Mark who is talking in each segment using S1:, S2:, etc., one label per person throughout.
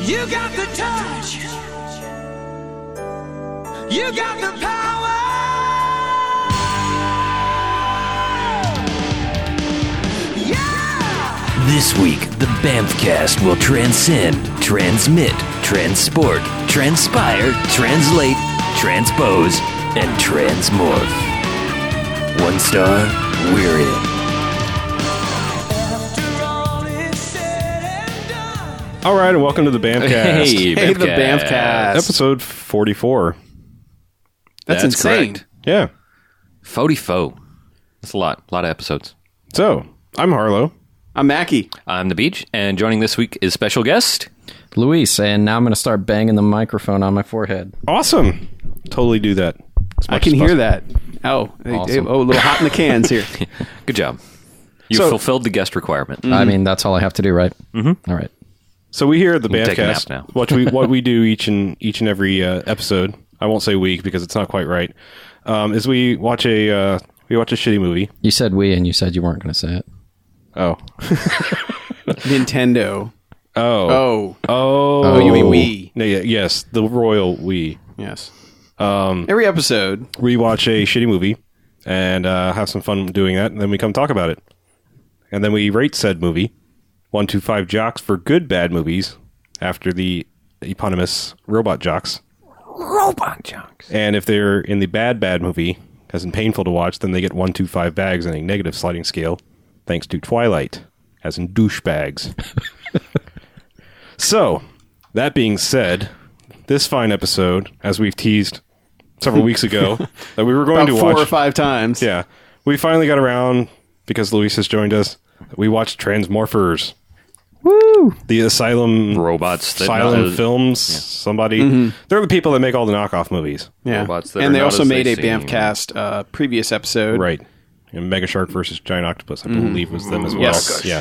S1: You got the touch. You got the power. Yeah.
S2: This week, the Bamfcast will transcend, transmit, transport, transpire, translate, transpose, and transmorph. One star, we're in.
S1: After all is said and done.
S3: All right, and welcome to the Bamcast.
S4: Hey, the Bamfcast.
S3: Episode 44.
S4: That's,
S5: That's
S4: insane.
S5: correct.
S3: Yeah.
S5: Fody fo. That's a lot. A lot of episodes.
S3: So, I'm Harlow.
S4: I'm Mackie.
S5: I'm the beach, and joining this week is special guest.
S6: Luis, and now I'm going to start banging the microphone on my forehead.
S3: Awesome. Totally do that. As
S4: I
S3: much
S4: can
S3: as
S4: hear
S3: possible.
S4: that. Oh, hey,
S6: Awesome.
S4: oh, a little hot in the cans here.
S5: Good job. You
S3: So- Mm.
S5: fulfilled the guest requirement.
S6: I
S3: Mm-hmm.
S6: mean, that's all I have to do, right? Mm-hmm. right.
S3: So we hear at the
S5: I'm
S3: Bamcast
S5: taking a nap now.
S3: what we what we do each and each and every uh, episode. I won't say week because it's not quite right. Um, is we watch a uh, we watch a shitty movie.
S6: You said we, and you said you weren't going to say it.
S3: Oh.
S4: Nintendo.
S3: Oh.
S4: Oh,
S3: Oh.
S4: Oh, you mean we.
S3: No, yeah, yes, the royal we.
S4: yes. Um, Every episode.
S3: We watch a shitty movie and uh, have some fun doing that, and then we come talk about it. And then we rate said movie, one two five jocks for good bad movies, after the eponymous robot jocks.
S5: Robot jocks.
S3: And if they're in the bad bad movie, as in painful to watch, then they get one two five bags on a negative sliding scale, thanks to Twilight, as in douchebags. so, that being said, this fine episode, as we've teased several weeks ago, that we were going
S4: About
S3: to
S4: four
S3: watch
S4: or five times.
S3: yeah. We finally got around because Luis has joined us. We watched Transmorphers. Woo! The Asylum
S5: Robots that
S3: Asylum
S5: not as-
S3: Films. Somebody. They're the people that make all the knockoff movies.
S4: Yeah.
S5: Robots that are
S4: and they
S5: not
S4: also
S5: as they
S4: made a
S5: seem.
S4: Bamfcast uh, previous episode.
S3: Right. And Mega Shark versus Giant Octopus, I believe, was them as well.
S4: Yes.
S3: Yeah.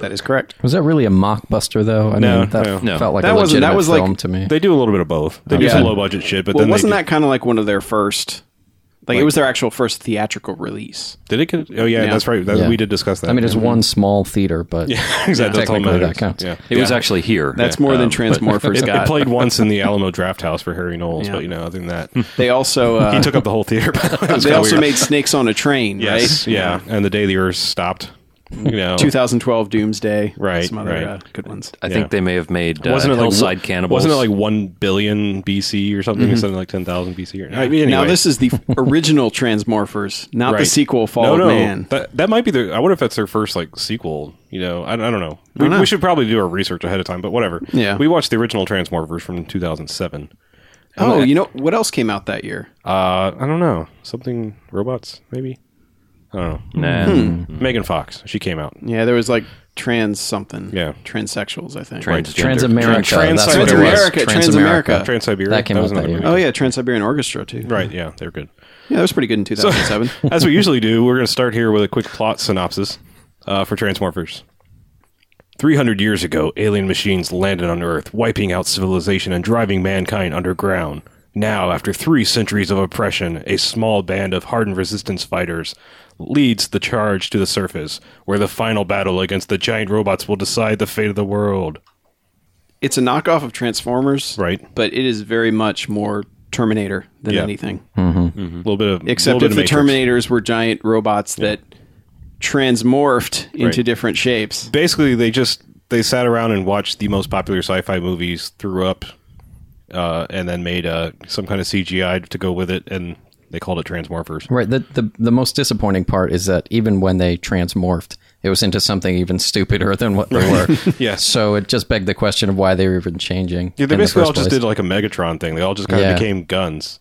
S4: That is correct.
S6: Was that really a mockbuster, though? I
S3: No,
S6: mean, that
S3: no.
S5: No.
S6: felt like
S4: That
S6: a
S4: wasn't-
S6: legitimate
S4: that was like-
S6: film to me.
S3: They do a little bit of both. They do
S4: Yeah.
S3: some low budget shit, but
S4: Well,
S3: then
S4: wasn't
S3: they
S4: that kind of like one of their first? Like, it was their actual first theatrical release.
S3: that did it? get- Oh yeah,
S4: Yeah.
S3: that's right. That,
S6: Yeah.
S3: We did discuss that.
S6: I mean, it's
S3: yeah.
S6: one small theater, but
S3: exactly. that's all
S6: technically that
S3: matters.
S6: counts.
S3: Yeah.
S5: It was
S3: Yeah.
S5: actually here.
S4: That's more than
S5: Um, but
S4: Transmorphers
S3: It, it
S4: got.
S3: played once in the Alamo Draft House for Harry Knowles,
S4: Yeah.
S3: but you know, other than that,
S4: They also uh,
S3: he took up the whole theater. It was
S4: they
S3: kinda
S4: also
S3: weird.
S4: made Snakes on a Train,
S3: Yes,
S4: right?
S3: yeah. And the day the Earth stopped, you know,
S4: 2012 Doomsday.
S3: Right,
S4: Some other
S3: right.
S4: uh, good ones.
S5: I think
S3: Yeah.
S5: they may have made uh,
S3: wasn't it like
S5: Hillside
S3: one-
S5: Cannibals.
S3: Wasn't it like one billion BC or something? Something like ten thousand BC. Or, I mean,
S4: Mm-hmm. Now
S3: anyway.
S4: this is the original Transmorphers, not the
S3: Right.
S4: sequel Fall
S3: no,
S4: of
S3: no.
S4: Man.
S3: That, that might be the. I wonder if that's their first like sequel. You know, I, I don't know. We,
S4: know.
S3: we should probably do our research ahead of time, but whatever.
S4: Yeah.
S3: we watched the original Transmorphers from two thousand seven.
S4: oh, you know what else came out that year?
S3: Uh, I don't know something robots maybe. I don't know.
S5: Nah.
S4: Hmm.
S3: Megan Fox, she came out.
S4: Yeah, there was like trans something.
S3: Yeah.
S4: transsexuals. I think.
S5: Transgender.
S6: Transamerica.
S3: Trans-
S6: that's what it was.
S4: Transamerica, Transamerica.
S3: Trans Siberia.
S6: That came out that year.
S4: Oh yeah, Trans Siberian Orchestra too.
S3: Right. Yeah, they're good.
S4: Yeah, that was pretty good in 2007.
S3: As we usually do, we're going to start here with a quick plot synopsis uh, for Transmorphers. 300 years ago, alien machines landed on Earth, wiping out civilization and driving mankind underground. Now, after three centuries of oppression, a small band of hardened resistance fighters leads the charge to the surface, where the final battle against the giant robots will decide the fate of the world.
S4: it's a knockoff of Transformers,
S3: Right.
S4: But it is very much more Terminator than
S3: Yeah. Hmm.
S4: anything.
S3: A little bit of
S4: Mm-hmm. Except
S3: little
S4: if the
S3: bit of Matrix.
S4: Terminators were giant robots that transmorphed into
S3: Right.
S4: different shapes.
S3: basically they just they sat around and watched the most popular sci-fi movies threw up uh, and then made uh, some kind of cgi to go with it and they called it transmorphers
S6: Right. The, the the most disappointing part is that even when they transmorphed, it was into something even stupider than what they were.
S3: Yes.
S6: So it just begged the question of why they were even changing.
S3: yeah, they
S6: in the
S3: basically
S6: first
S3: all just
S6: place.
S3: did like a megatron thing they all just kind of
S6: Yeah.
S3: became guns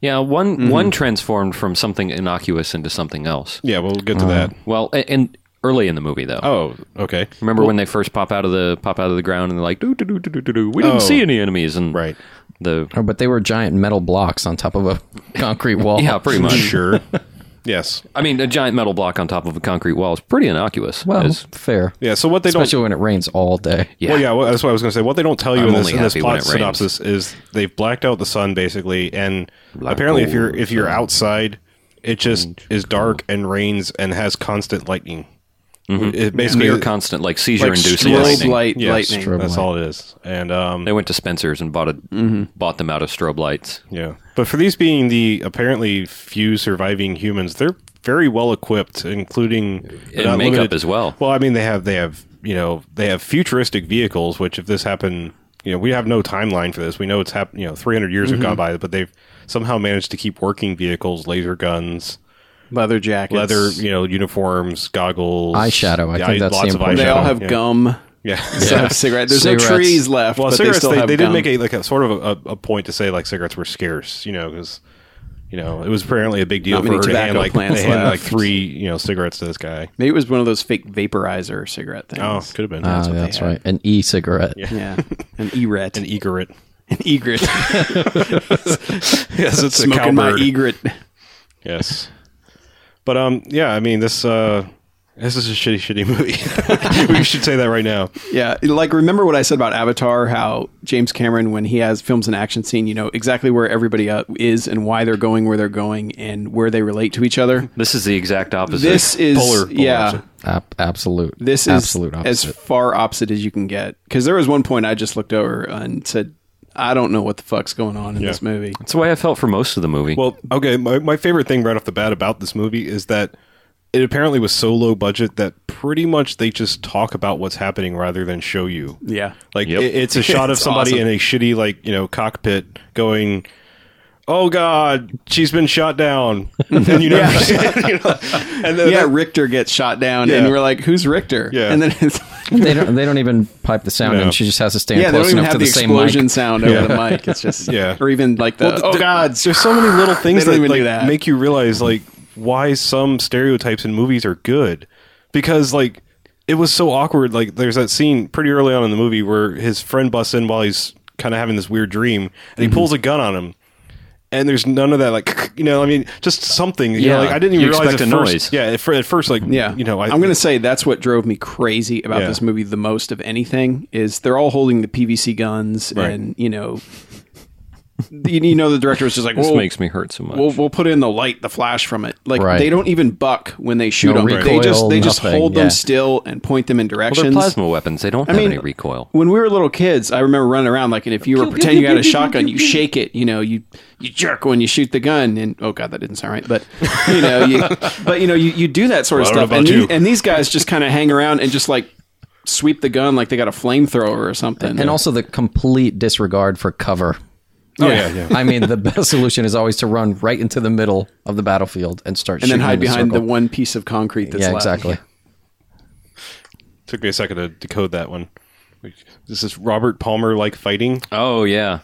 S5: yeah, one
S3: Mm-hmm.
S5: one transformed from something innocuous into something else.
S3: yeah we'll get to
S6: Uh-huh.
S3: that
S5: Well, a- and early in the movie though.
S3: oh okay
S5: Remember when they first pop out of the pop out of the ground and they're like, doo, doo, doo, doo, doo, doo, doo. we didn't
S3: Oh.
S5: see any enemies and
S3: right
S5: the
S6: Oh, but they were giant metal blocks on top of a concrete wall.
S5: yeah, pretty much.
S3: sure yes
S5: I mean, a giant metal block on top of a concrete wall is pretty innocuous.
S6: Well,
S5: It's-
S4: Oh.
S6: fair.
S3: yeah so what they don't
S6: Especially when it rains all day.
S5: yeah.
S3: Well, yeah, well, that's what I was going to say. What they don't tell you
S5: I'm
S3: in this,
S5: only
S3: in this
S5: happy when
S3: plot
S5: it rains.
S3: synopsis is they've blacked out the sun basically, and apparently if you're if you're outside, it just is dark and rains and has constant lightning. It basically
S5: Mm-hmm. Near constant, like seizure inducing
S4: strobe
S5: lightning.
S4: light
S3: yeah,
S4: lightning.
S6: strobe
S3: That's
S6: light.
S3: all it is. And um,
S5: They went to Spencer's and bought a,
S4: Mm-hmm.
S5: bought them out of strobe lights.
S3: Yeah. But for these being the apparently few surviving humans, they're very well equipped, including
S5: And
S3: not
S5: makeup as well.
S3: Well, I mean they have they have you know, they have futuristic vehicles, which if this happened you know, we have no timeline for this. We know it's happened you know, three hundred years have gone
S5: Mm-hmm.
S3: by, but they've somehow managed to keep working vehicles, laser guns,
S4: leather jackets,
S3: leather, you know, uniforms, goggles,
S6: Eyeshadow. I
S3: Yeah,
S6: think that's the
S3: lots of
S6: important
S4: They
S3: eyeshadow.
S4: all have
S3: yeah.
S4: gum.
S3: Yeah.
S4: Still have cigarettes. There's no
S6: Cigarettes.
S4: trees left,
S3: Well,
S4: but they
S3: cigarettes.
S4: still
S3: They, they,
S4: have
S3: did
S4: gum.
S3: make a like a sort of a, a point to say like cigarettes were scarce, you know, because you know it was apparently a big deal
S4: Not
S3: for
S4: many
S3: her to hand
S4: tobacco
S3: like
S4: plants
S3: they hand like
S4: left.
S3: three you know cigarettes to this guy.
S4: Maybe it was one of those fake vaporizer cigarette
S3: Oh,
S4: things.
S3: could have been
S6: Ah,
S3: That's what
S6: that's
S4: had.
S6: right. An e-cigarette.
S4: Yeah, an egret,
S3: an e- egret.
S4: an egret,
S3: yes, it's
S4: smoking my egret.
S3: Yes, but um, yeah, I mean this uh, this is a shitty, shitty movie. we should say that right now.
S4: Yeah, like remember what I said about Avatar? How James Cameron, when he has films an action scene, you know exactly where everybody uh, is and why they're going where they're going and where they relate to each other.
S5: This is the exact opposite.
S4: This is
S3: polar- polar
S4: yeah.
S3: opposite.
S6: Ab- absolute.
S4: This is
S6: absolute
S4: as
S6: opposite.
S4: far opposite as you can get. Because there was one point I just looked over and said, "I don't know what the fuck's going on in this movie."
S5: That's the way I felt for most of the movie.
S3: Well, okay, my, my favorite thing right off the bat about this movie is that it apparently was so low budget that pretty much they just talk about what's happening rather than show you.
S4: Yeah.
S3: Like
S5: Yep.
S3: it- it's a shot of
S4: It's
S3: somebody
S4: awesome.
S3: in a shitty like, you know, cockpit going Oh God, she's been shot down, and you know, you know, and then
S4: yeah,
S3: that-
S4: Richter gets shot down,
S3: Yeah.
S4: and we're like, "Who's Richter?"
S3: Yeah.
S4: and then it's
S6: they don't. They don't even pipe the sound,
S3: No.
S6: in. she just has to stand
S4: yeah, they don't
S6: close
S4: even have
S6: enough to
S4: the,
S6: the, same mic.
S4: explosion sound over
S3: Yeah.
S4: the mic. It's just
S3: Yeah.
S4: or even like the
S3: Well,
S4: oh
S3: th-
S4: god,
S3: there's so many little things
S4: They
S3: that,
S4: don't even
S3: like,
S4: do that.
S3: make you realize like why some stereotypes in movies are good because like it was so awkward like there's that scene pretty early on in the movie where his friend busts in while he's kind of having this weird dream and he pulls a gun on him and there's none of that like you know i mean just something you know,
S5: Yeah.
S3: like i didn't even
S5: You
S3: realize
S5: expect
S3: at
S5: a
S3: first
S5: noise.
S3: yeah at, fir- at first like
S4: Yeah,
S3: you know I,
S4: am going to say that's what drove me crazy about
S3: Yeah.
S4: this movie the most of anything is they're all holding the PVC guns,
S3: Right.
S4: and you know, you, you know, the director was just like,
S5: this
S4: "Well,
S5: makes me hurt so much.
S4: We'll, we'll put in the light, the flash from it. Like
S6: Right.
S4: they don't even buck when they shoot
S6: No
S4: them. they
S6: recoil,
S4: just they just
S6: nothing,
S4: hold
S6: yeah.
S4: them still and point them in
S5: well,
S4: directions.
S5: they're plasma weapons. They don't have any recoil.
S4: When we were little kids, I remember running around like, and if you were pretending you had a shotgun, you shake it. You know, you you jerk when you shoot the gun, and oh god, that didn't sound right. But you know, you, but you know, you, you do that sort of
S3: Well, I don't
S4: stuff,
S3: know
S4: and,
S3: about
S4: the-
S3: you.
S4: and these guys just kind of hang around and just like sweep the gun like they got a flamethrower or something.
S6: and also the complete disregard for cover.
S3: oh yeah yeah
S6: I mean, the best solution is always to run right into the middle of the battlefield and start
S4: and
S6: shooting
S4: then hide
S6: in a
S4: behind the
S6: circle.
S4: one piece of concrete that's
S6: Yeah,
S4: left.
S6: exactly.
S3: took me a second to decode that one this is robert palmer like fighting
S5: Oh yeah,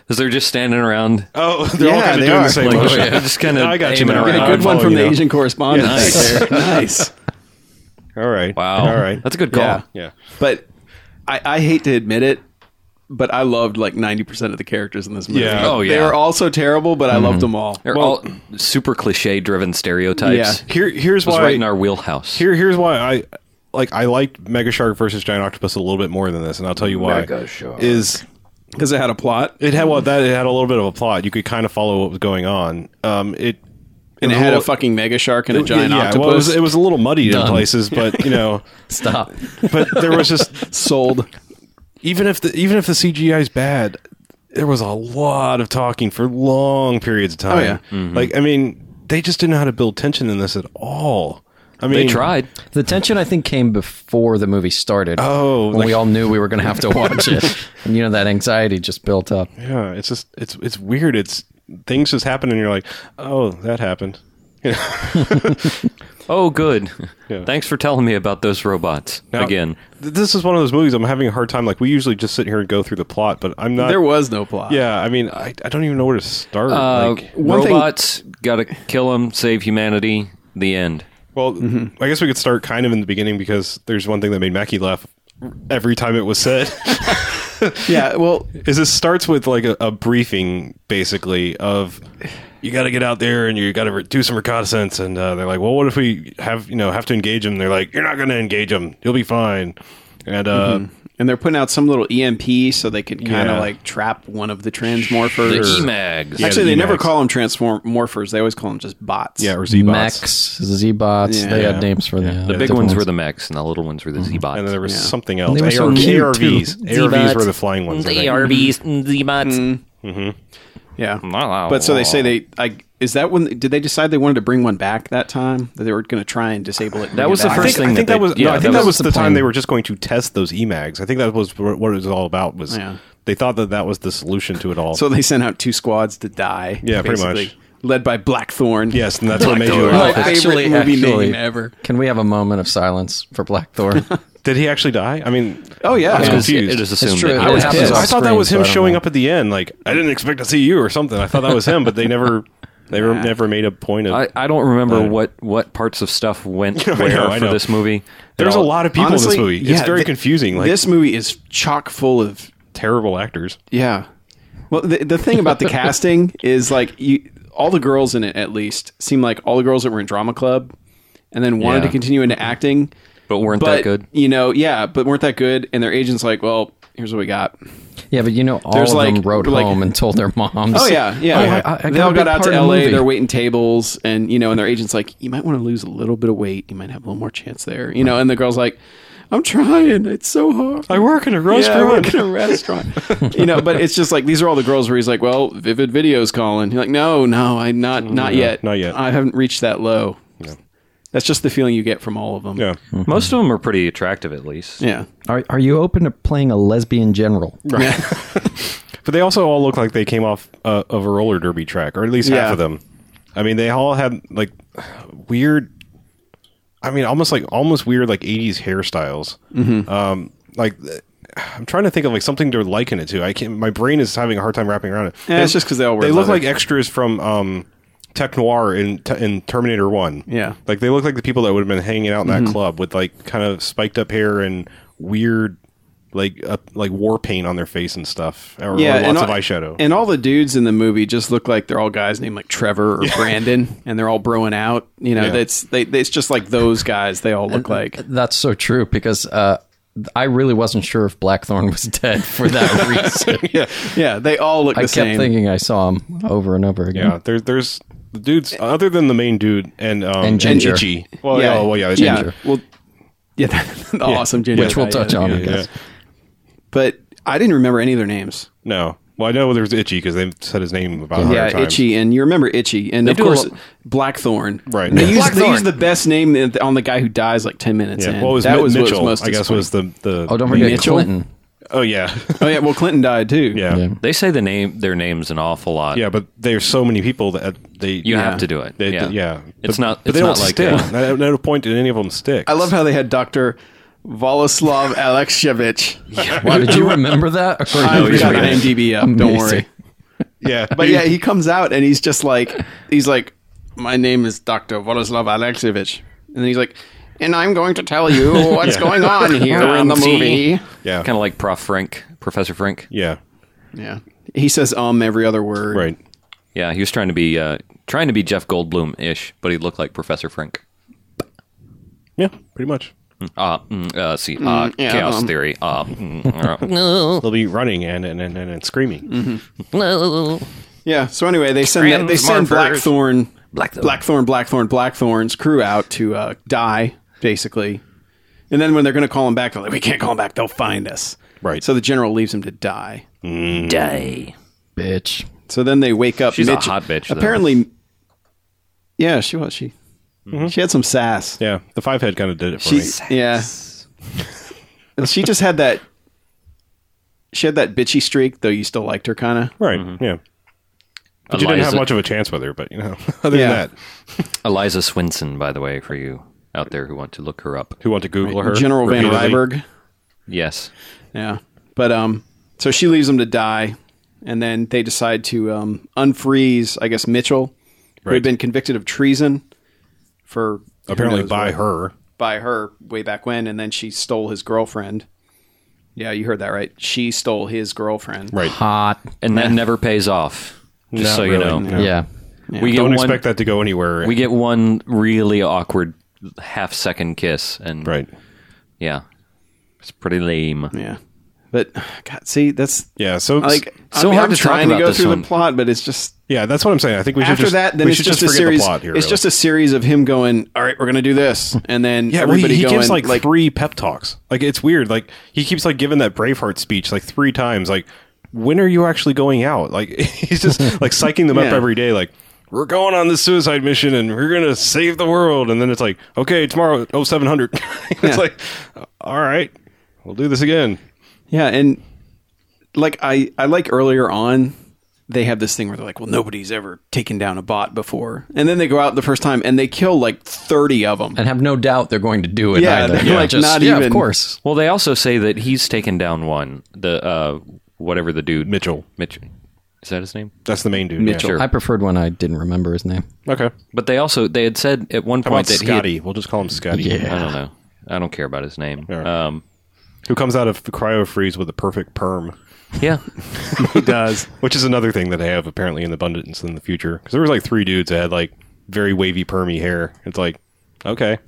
S5: because they're just standing around.
S3: oh they're all
S4: Yeah,
S3: kind of
S4: they
S3: doing
S4: are.
S3: the same
S5: Like,
S3: motion
S5: just kind of
S3: I got you,
S5: aiming
S3: man.
S5: around.
S3: Get
S4: Get a
S3: I'm
S4: good one
S3: following
S4: from the
S3: you now.
S4: Asian correspondent.
S3: Nice.
S4: there. nice.
S3: all right
S5: Wow,
S3: all right
S5: that's a good call.
S4: Yeah.
S3: yeah
S4: But I, I hate to admit it, but I loved like ninety percent of the characters in this movie.
S3: Yeah. Mm-hmm.
S5: Oh,
S4: they
S5: yeah.
S4: were all so terrible, but I loved them all.
S5: They're all super cliche-driven stereotypes.
S4: Yeah.
S3: here here's
S5: It's
S3: why
S5: right in our wheelhouse.
S3: Here, here's why I like I liked Mega Shark versus Giant Octopus a little bit more than this, and I'll tell you why. Mega Shark is
S4: because it had a plot
S3: it had well that it had a little bit of a plot. You could kind of follow what was going on. Um, it
S4: and it had a
S3: little-
S4: fucking mega shark and a giant
S3: yeah, yeah.
S4: octopus.
S3: Well, it was, it was a little muddied in places, but you know,
S6: Stop.
S3: but there was just
S4: sold.
S3: even if the even if the CGI is bad, there was a lot of talking for long periods of
S5: Oh,
S3: time.
S4: yeah.
S5: Mm-hmm.
S3: like I mean, they just didn't know how to build tension in this at all. I mean,
S5: they tried.
S6: The tension, I think, came before the movie started.
S3: Oh,
S6: when
S3: like-
S6: we all knew we were going to have to watch it, and you know that anxiety just built up.
S3: Yeah, it's just it's it's weird. It's things just happen, and you're like, oh, that happened.
S5: Oh, good.
S3: Yeah.
S5: Thanks for telling me about those robots
S3: Now,
S5: again.
S3: th- this is one of those movies I'm having a hard time. Like we usually just sit here and go through the plot, but I'm not.
S4: There was no plot.
S3: yeah, I mean, I, I don't even know where to start.
S5: Uh,
S3: like,
S4: one thing-
S5: robots got to kill them, save humanity. The end.
S3: well,
S5: mm-hmm.
S3: I guess we could start kind of in the beginning because there's one thing that made Mackie laugh every time it was said.
S4: yeah. Well,
S3: is this starts with like a, a briefing basically of you got to get out there and you got to re- do some reconnaissance and uh, they're like well what if we have you know have to engage them they're like you're not going to engage them you'll be fine and uh
S4: and they're putting out some little EMP so they can kind of
S3: Yeah.
S4: like trap one of the transmorphers.
S5: The E Emags.
S3: Yeah,
S4: Actually,
S3: the
S4: they never
S3: Emacs.
S4: call them transmorphers. They always call them just bots.
S3: Yeah, or Z bots.
S6: Max, Z bots. They
S4: Yeah.
S6: had names for them.
S5: The big ones were the mechs, and the little ones were the Z-bots.
S3: And then there was something
S6: And
S3: else.
S6: they were so
S3: AR-
S6: cute,
S3: ARVs.
S6: too.
S3: ARVs were
S6: Z-bots.
S3: the flying ones. I think. Mm-hmm.
S5: ARBs, Z-bots.
S4: Mm. yeah.
S5: wow,
S4: But so they
S5: wow.
S4: say they. I is that when did they decide they wanted to bring one back that time that they were going to try and disable it? and
S5: That
S4: bring
S5: was
S4: it
S5: the
S4: back?
S3: I
S5: first
S3: think, I
S5: thing
S3: think
S5: that
S3: that
S5: they-
S3: was no.
S5: yeah,
S3: I think
S5: that
S3: that was
S5: was
S3: the,
S6: the
S3: time
S6: plan.
S3: they were just going to test those E emags. I think that was wh- what it was all about. Was
S4: Yeah.
S3: they thought that that was the solution to it all?
S4: So they sent out two squads to die.
S3: Yeah, pretty much.
S4: Led by Blackthorn.
S3: yes, and that's what made you.
S4: My
S6: Oh,
S4: favorite
S6: actually,
S4: movie
S6: actually.
S4: name ever.
S6: Can we have a moment of silence for Black Thor?
S3: Did he actually die? I mean,
S4: Oh yeah,
S5: It
S3: was
S5: is-
S3: confused.
S5: It is assumed.
S6: true.
S5: that
S6: I
S5: it
S6: was
S5: happened.
S6: pissed.
S3: I
S6: off
S3: thought that
S6: screen,
S3: was
S6: so
S3: him
S6: I don't
S3: showing
S6: know.
S3: up at the end. Like I didn't expect to see you or something. I thought that was him, but they never, they were, never made a point of.
S5: I, I don't remember what, what parts of stuff went
S3: I know,
S5: where
S3: I
S5: for
S3: know.
S5: this movie. at
S3: There's a
S5: all.
S3: lot of people
S4: Honestly,
S3: in this movie.
S4: yeah,
S3: it's very
S4: thi-
S3: confusing. Like
S4: this movie is chock full of
S3: terrible actors.
S4: yeah. Well, the, the thing about the casting is like you, all the girls in it at least seem like all the girls that were in drama club, and then wanted
S5: Yeah.
S4: to continue into acting,
S5: But weren't
S4: but
S5: that good?
S4: you know, yeah, but weren't that good. And their agents like, well, here's what we got.
S6: yeah, but you know, all
S4: There's
S6: of them
S4: like-
S6: wrote
S4: like-
S6: home and told their moms.
S4: Oh yeah, yeah.
S6: Oh, I- I- I
S4: they
S6: got
S4: all got
S6: a big
S4: out
S6: part
S4: to
S6: in the
S4: LA.
S6: movie.
S4: They're waiting tables, and you know, and their agents like, you might want to lose a little bit of weight. You might have a little more chance there. You know, and the girl's like, I'm trying. It's so hard.
S3: I work in a
S4: Yeah, I
S3: restaurant.
S4: work in a restaurant. you know, but it's just like these are all the girls where he's like, "Well, Vivid Video's calling." You're like, "No, no, I not not yet,
S3: not yet.
S4: I haven't reached that low." That's just the feeling you get from all of them.
S3: yeah.
S5: Most of them are pretty attractive, at least.
S4: yeah.
S6: Are, are you open to playing a lesbian general?
S3: But they also all look like they came off uh, of a roller derby track, or at least half
S4: Yeah.
S3: of them. I mean, they all had like weird. I mean, almost like almost weird like '80s hairstyles.
S4: Mm-hmm.
S3: Um, like th- I'm trying to think of like something to liken it to. I can't. My brain is having a hard time wrapping around it.
S4: Yeah, it's just 'cause they all wear
S3: they look
S4: leather.
S3: like extras from um, Tech Noir in in Terminator One.
S4: Yeah. Mm-hmm.
S3: like they look like the people that would have been hanging out in that club with like kind of spiked up hair and weird. Like uh, like war paint on their face and stuff, or, or
S4: and
S3: lots
S4: all-
S3: of eyeshadow.
S4: And all the dudes in the movie just look like they're all guys named like Trevor or Brandon, and they're all broing out. You know,
S3: Yeah.
S4: that's they, they- It's just like those guys. They all look
S6: uh,
S4: like.
S6: That's so true because uh, I really wasn't sure if Blackthorn was dead for that reason.
S4: Yeah, they all look
S6: I
S4: the
S6: kept
S4: same.
S6: thinking I saw him over and over again.
S3: Yeah, there's there's the
S5: Eh.
S3: dudes other than the main dude and um,
S6: And Ginger.
S3: Itchy. Well, yeah, Oh, well, yeah, Ginger.
S4: yeah. Well, yeah, the awesome ginger,
S6: Which we'll
S4: guy,
S6: touch
S4: yeah.
S6: on,
S3: Yeah,
S6: I guess.
S3: yeah.
S4: But I didn't remember any of their names.
S3: No, well, I know there's Itchy because they said his name about a hundred
S4: Yeah,
S3: times.
S4: Itchy, and you remember Itchy, and of
S5: do a
S4: course
S5: lo-
S4: Blackthorn.
S3: Right.
S4: They,
S3: Yeah.
S4: use, they
S5: Blackthorn.
S4: use the best name on the guy who dies like ten minutes
S3: Yeah,
S4: in.
S3: well, it was
S4: that
S3: Mi-
S4: was what was
S3: Mitchell.
S4: most.
S3: I guess was the the.
S6: Oh, don't forget
S4: Mitchell?
S6: Clinton.
S3: Oh yeah,
S4: Oh yeah, well Clinton died too.
S3: yeah, yeah.
S5: They say the name, their names, an awful lot.
S3: but there's so many people that they
S5: you
S3: yeah.
S5: have to do it.
S3: They,
S5: yeah,
S3: yeah.
S5: It's
S3: But-
S5: not.
S3: But
S5: It's
S3: they
S5: not
S3: don't
S5: like
S3: stick.
S5: uh,
S3: Not- no point in any of them stick.
S4: I love how they had Doctor Voloslav Alexeyevich.
S6: Wow, did you remember that? Or
S4: I
S6: you
S4: Oh, got
S6: forgot?
S4: IMDb up. Don't
S6: Amazing.
S4: worry.
S3: Yeah,
S4: But yeah, he comes out and he's just like, he's like, my name is Doctor Voloslav Alexeyevich, and then he's like, and I'm going to tell you what's going on here in the
S5: Um,
S4: movie.
S3: yeah,
S5: Kind of like Prof. Frank, Professor Frank.
S3: yeah,
S4: Yeah, he says um every other word.
S3: right.
S5: Yeah, he was trying to be uh, trying to be Jeff Goldblum ish, but he looked like Professor Frank.
S3: Yeah, pretty much.
S5: Uh, mm, uh see, uh,
S4: yeah,
S5: chaos
S4: um.
S5: theory. Uh, mm, uh,
S3: They'll be running and and and, and, and screaming.
S5: Mm-hmm.
S4: Yeah. So anyway, they send that, they send
S5: Transmorphers.
S4: Blackthorn,
S5: Blackthorn.
S4: Blackthorn, Blackthorn, Blackthorn's crew out to uh, die basically, and then when they're going to call him back, they're like, we can't call him back. They'll find us.
S3: Right.
S4: So the general leaves him to die.
S5: day.
S6: Bitch.
S4: So then they wake up.
S5: She's a hot bitch, though.
S4: Apparently, yeah, she was. She she had some sass.
S3: Yeah, the five head kind of did it for
S4: She
S3: me.
S4: yeah. And she just had that. She had that bitchy streak, though. You still liked her, kind of.
S3: Right. Yeah. Mm-hmm. But you didn't have
S5: Eliza-
S3: much of a chance with her, but you know, other
S4: Yeah.
S3: than that,
S5: Eliza Swinson, by the way, for you out there who want to look her up.
S3: who want to Google her?
S4: General Van
S3: repeatedly.
S4: Ryberg.
S5: Yes.
S4: Yeah. But um so she leaves him to die and then they decide to um unfreeze, I guess, Mitchell, who
S3: Right.
S4: had been convicted of treason for who
S3: Apparently
S4: knows
S3: by
S4: what-
S3: her.
S4: by her way back when, and then she stole his girlfriend. Yeah, you heard that right. She stole his girlfriend.
S3: Right.
S6: Hot.
S5: And that never pays off. Just
S3: Not
S5: so you
S3: really,
S5: know.
S3: no.
S6: Yeah.
S5: We get
S3: Don't
S5: one,
S3: expect that to go anywhere.
S5: We get one really awkward half second kiss and
S3: right.
S5: yeah. It's pretty lame.
S4: Yeah. But God, see, that's
S3: Yeah, so
S4: like
S5: So
S4: I'm,
S5: hard
S4: I'm
S5: to talk
S4: trying to
S5: about
S4: go
S5: this
S4: through
S5: one.
S4: the plot, but it's just
S3: yeah, that's what I'm saying. I think we should
S4: after
S3: just,
S4: that, then
S3: we
S4: it's
S3: should
S4: just, a
S3: forget
S4: series.
S3: The plot here,
S4: it's
S3: really.
S4: just a series of him going, "All right, we're gonna do this," and then
S3: yeah. well, he,
S4: everybody
S3: he
S4: going
S3: gives like, three pep talks. Like it's weird. Like he keeps like giving that Braveheart speech like three times. Like when are you actually going out? Like he's just like psyching them up
S4: Yeah.
S3: every day. Like we're going on this suicide mission and we're gonna save the world. And then it's like okay, tomorrow oh seven hundred. it's
S4: Yeah.
S3: like all right, we'll do this again.
S4: Yeah, and like I, I like earlier on, they have this thing where they're like, "Well, nobody's ever taken down a bot before," and then they go out the first time and they kill like thirty of them.
S6: and have no doubt they're going to do it.
S4: Yeah,
S6: either.
S4: they're like
S6: just,
S4: not
S6: yeah,
S4: even-
S6: of course.
S5: Well, they also say that he's taken down one, the uh, whatever the dude
S3: Mitchell.
S5: Mitchell, is that his name?
S3: That's the main dude.
S5: Mitchell.
S6: I preferred when I didn't remember his name.
S3: Yeah. Okay.
S5: But they also they had said at one
S3: How about
S5: point that
S3: Scotty? we'll just call him Scotty.
S5: he had, I don't know. I don't care about his name.
S3: Yeah.
S5: Um,
S3: Who comes out of the cryo freeze with a perfect perm.
S5: yeah.
S3: He does. Which is another thing that they have apparently in abundance in the future. Because there was like three dudes that had like very wavy permy hair. It's like, okay.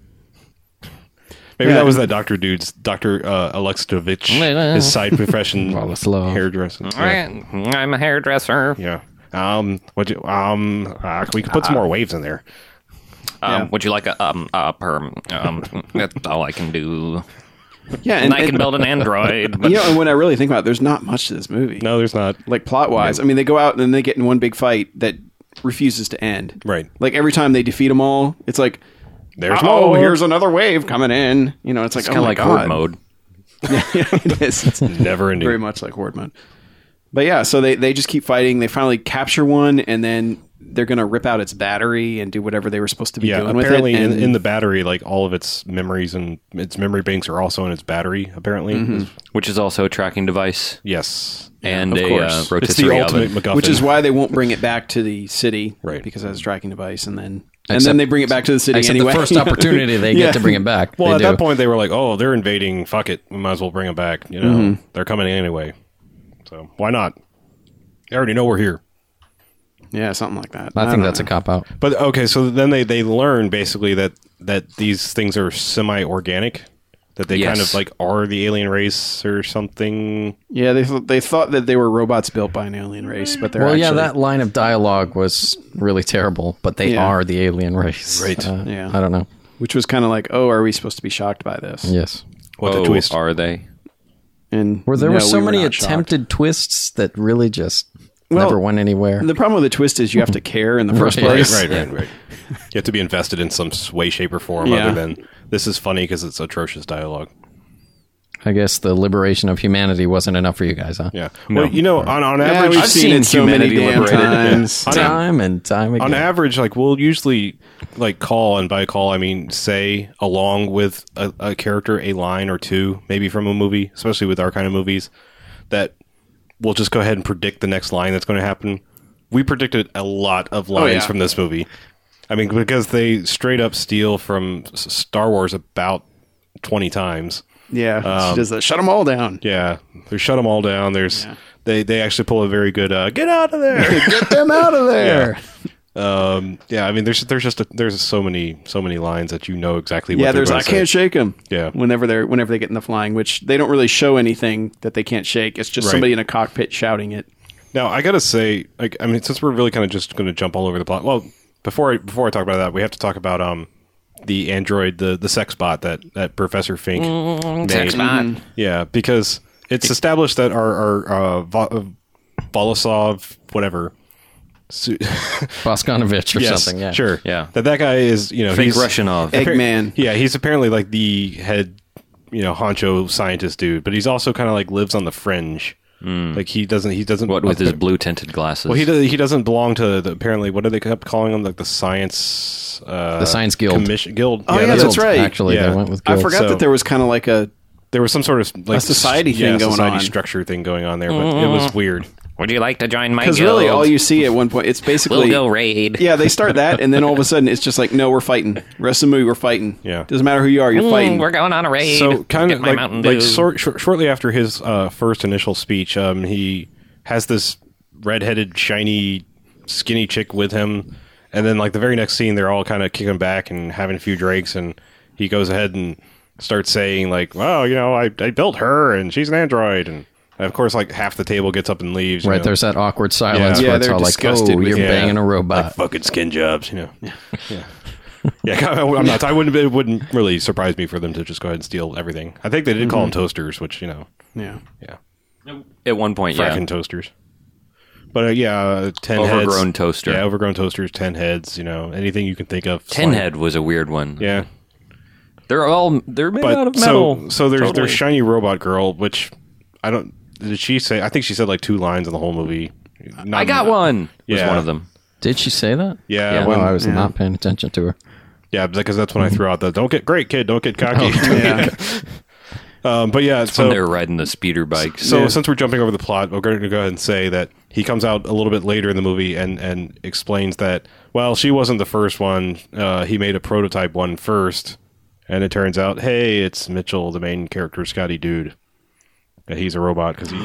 S3: Maybe
S4: Yeah.
S3: that was that doctor dude's Doctor uh, Alextovich, his side profession,
S6: Vladislav.
S3: hairdresser. Yeah.
S5: I'm a hairdresser.
S3: yeah. Um. What? You, um. Uh, we could put some more waves in there.
S5: Um, Would you like a um a perm? Um, that's all I can do.
S4: Yeah, and,
S5: And I can build an android. But
S4: you know, and when I really think about it, there's not much to this movie.
S3: No, there's not.
S4: like plot wise. I mean, they go out and then they get in one big fight that refuses to end.
S3: Right.
S4: Like every time they defeat them all, it's like,
S3: There's
S4: oh,
S3: more.
S4: here's another wave coming in. You know, it's like
S5: it's
S4: oh
S5: kind of
S4: my
S5: like
S4: God.
S5: horde mode.
S4: it is. It's
S3: never ending.
S4: very much like horde mode. But yeah, so they they just keep fighting. They finally capture one, and then they're gonna rip out its battery and do whatever they were supposed to be
S3: Yeah,
S4: doing
S3: apparently
S4: with it.
S3: in,
S4: and-
S3: in the battery, like all of its memories and its memory banks are also in its battery. Apparently,
S4: Mm-hmm.
S5: which is also a tracking device
S3: yes,
S5: and
S3: Of
S5: a
S3: course.
S5: uh,
S3: It's the
S5: rotisserie
S3: ultimate
S5: oven.
S3: MacGuffin,
S4: which is why they won't bring it back to the city,
S3: Right.
S4: Because it has a tracking device, and then and
S6: Except-
S4: then they bring it back to the city
S6: Except
S4: anyway.
S6: the first opportunity they
S4: Yeah.
S6: get to bring him back.
S3: Well,
S6: they
S3: at
S6: do.
S3: that point, they were like, "Oh, they're invading. Fuck it, we might as well bring them back." You know, they're coming anyway, so why not? They already know we're here.
S4: yeah, something like that.
S6: I, think
S4: don't
S6: that's
S4: know.
S6: a cop out.
S3: But okay, so then they they learn basically that that these things are semi organic, that they kind
S5: Yes.
S3: of like are the alien race or something.
S4: Yeah, they th- they thought that they were robots built by an alien race, but they're
S6: Well, yeah,
S4: actually-
S6: that line of dialogue was really terrible, but they
S4: Yeah.
S6: are the alien race.
S3: Right.
S6: Uh,
S4: Yeah.
S6: I don't know.
S4: which was kind of like, oh, are we supposed to be shocked by this?
S6: Yes.
S3: What
S5: oh,
S3: the twist?
S5: are they?
S4: And
S6: Well, there
S4: no,
S6: were so
S4: we
S6: many
S4: not shocked.
S6: attempted twists that really just never went anywhere.
S4: The problem with the twist is you have to care in the first
S6: Right.
S4: place.
S3: Right, right, right. You have to be invested in some s- way, shape, or form
S4: Yeah.
S3: other than this is funny because it's atrocious dialogue.
S6: I guess the liberation of humanity wasn't enough for you guys, huh?
S3: Yeah. Well, you know, on, on
S4: Yeah,
S3: average,
S4: we've seen, it so many
S5: humanity
S4: damn
S5: liberated.
S4: times.
S3: on, a-
S6: Time and time again.
S3: on average, like we'll usually like call and by call I mean say along with a, a character a line or two maybe from a movie, especially with our kind of movies, that we'll just go ahead and predict the next line that's going to happen. We predicted a lot of lines
S4: yeah.
S3: from this movie. I mean, because they straight up steal from S- Star Wars about twenty times.
S4: Yeah, she does that. Shut them all down.
S3: Um, Yeah, they shut them all down. There's they they actually pull a very good uh, get out of there.
S4: Get them out of there.
S3: um, yeah, I mean there's there's just a, there's so many so many lines that you know exactly. what
S4: Yeah,
S3: they're
S4: there's
S3: gonna
S4: I can't
S3: say.
S4: shake them.
S3: Yeah.
S4: whenever they're whenever they get in the flying, which they don't really show anything that they can't shake. It's just
S3: Right.
S4: somebody in a cockpit shouting it.
S3: Now I gotta say, like I mean, since we're really kind of just going to jump all over the plot. Well, before I before I talk about that, we have to talk about um the android the the sex bot that that Professor Fink made.
S4: Mm-hmm.
S3: Yeah, because it's established that our our uh, Vo- uh, Volosov whatever. Su-
S6: Boskanovich or
S3: yes,
S6: something. Yeah.
S3: sure.
S5: Yeah.
S3: that that guy is you know
S5: Fake
S3: he's-
S5: Russianov.
S4: Egg- Eggman.
S3: Yeah, he's apparently like the head, you know, honcho scientist dude, but he's also kind of like lives on the fringe. Like he doesn't, he doesn't.
S5: What with his blue tinted glasses?
S3: Well, he does, he doesn't belong to the apparently. What do they kept calling him? Like the science, uh, the
S6: Science Guild.
S3: commission guild.
S4: Oh, yeah, that's
S3: what-
S4: right.
S6: Actually,
S3: Yeah.
S6: they went with
S4: I
S6: Guild.
S4: forgot
S3: So-
S4: that there was kind of like a
S3: There was some sort of like
S4: A society
S3: yeah,
S4: thing going
S3: society
S4: on.
S3: structure thing going on there, but it was weird.
S5: Would you like to join my
S4: because
S5: guild?
S4: really all you see at one point it's
S5: we'll
S4: basically
S5: go raid.
S4: yeah they start that and then all of a sudden it's just like no we're fighting rest of the movie we're fighting
S3: Yeah.
S4: doesn't matter who you are you're fighting
S5: Mm, We're going on a raid.
S3: So kind
S5: Get
S3: of
S5: my
S3: like,
S5: Mountain
S3: like
S5: Dew.
S3: sor- shor- shortly after his uh, first initial speech, um, he has this redheaded, shiny, skinny chick with him, and then like the very next scene, they're all kind of kicking back and having a few drinks, and he goes ahead and starts saying like, "Well, you know, I, I built her, and she's an android," and And of course, like half the table gets up and leaves. you
S6: Right,
S3: know.
S6: there's that awkward silence
S3: Yeah,
S6: where it's
S4: they're
S6: all like,
S4: disgusted
S6: "Oh,
S4: with
S6: you're
S3: Yeah.
S6: banging a
S3: Like
S6: robot."
S3: fucking skin jobs, you know. Yeah, yeah. I- I'm not. I wouldn't. It wouldn't really surprise me for them to just go ahead and steal everything. I think they did call
S6: Mm-hmm.
S3: them toasters, which you know,
S4: Yeah.
S3: yeah,
S5: At one point,
S3: fracking
S5: yeah.
S3: toasters. But uh, yeah, uh, ten heads.
S5: Overgrown toaster.
S3: Yeah, overgrown toasters, ten heads. You know, anything you can think of.
S5: Ten
S3: Slime.
S5: head was a weird one.
S3: Yeah,
S5: They're all they're made out
S3: but
S5: of metal.
S3: so so there's
S5: Totally.
S3: there's shiny robot girl, which I don't. Did she say? I think she said like two lines in the whole movie. Not
S5: I got one. Was
S3: Yeah.
S5: one of them.
S6: Did she say that?
S3: Yeah,
S5: Yeah.
S3: when-
S6: Well, I was not paying attention to her.
S3: Yeah, because that's when I threw out the don't get great kid, don't get cocky.
S5: Oh,
S4: Yeah.
S3: um, but yeah,
S5: when
S3: so
S5: they were riding the speeder bikes.
S3: so since we're jumping over the plot, we're going to go ahead and say that he comes out a little bit later in the movie and and explains that well, she wasn't the first one. Uh, he made a prototype one first, and it turns out, hey, it's Mitchell, the main character, Scotty Dude. That he's a robot because he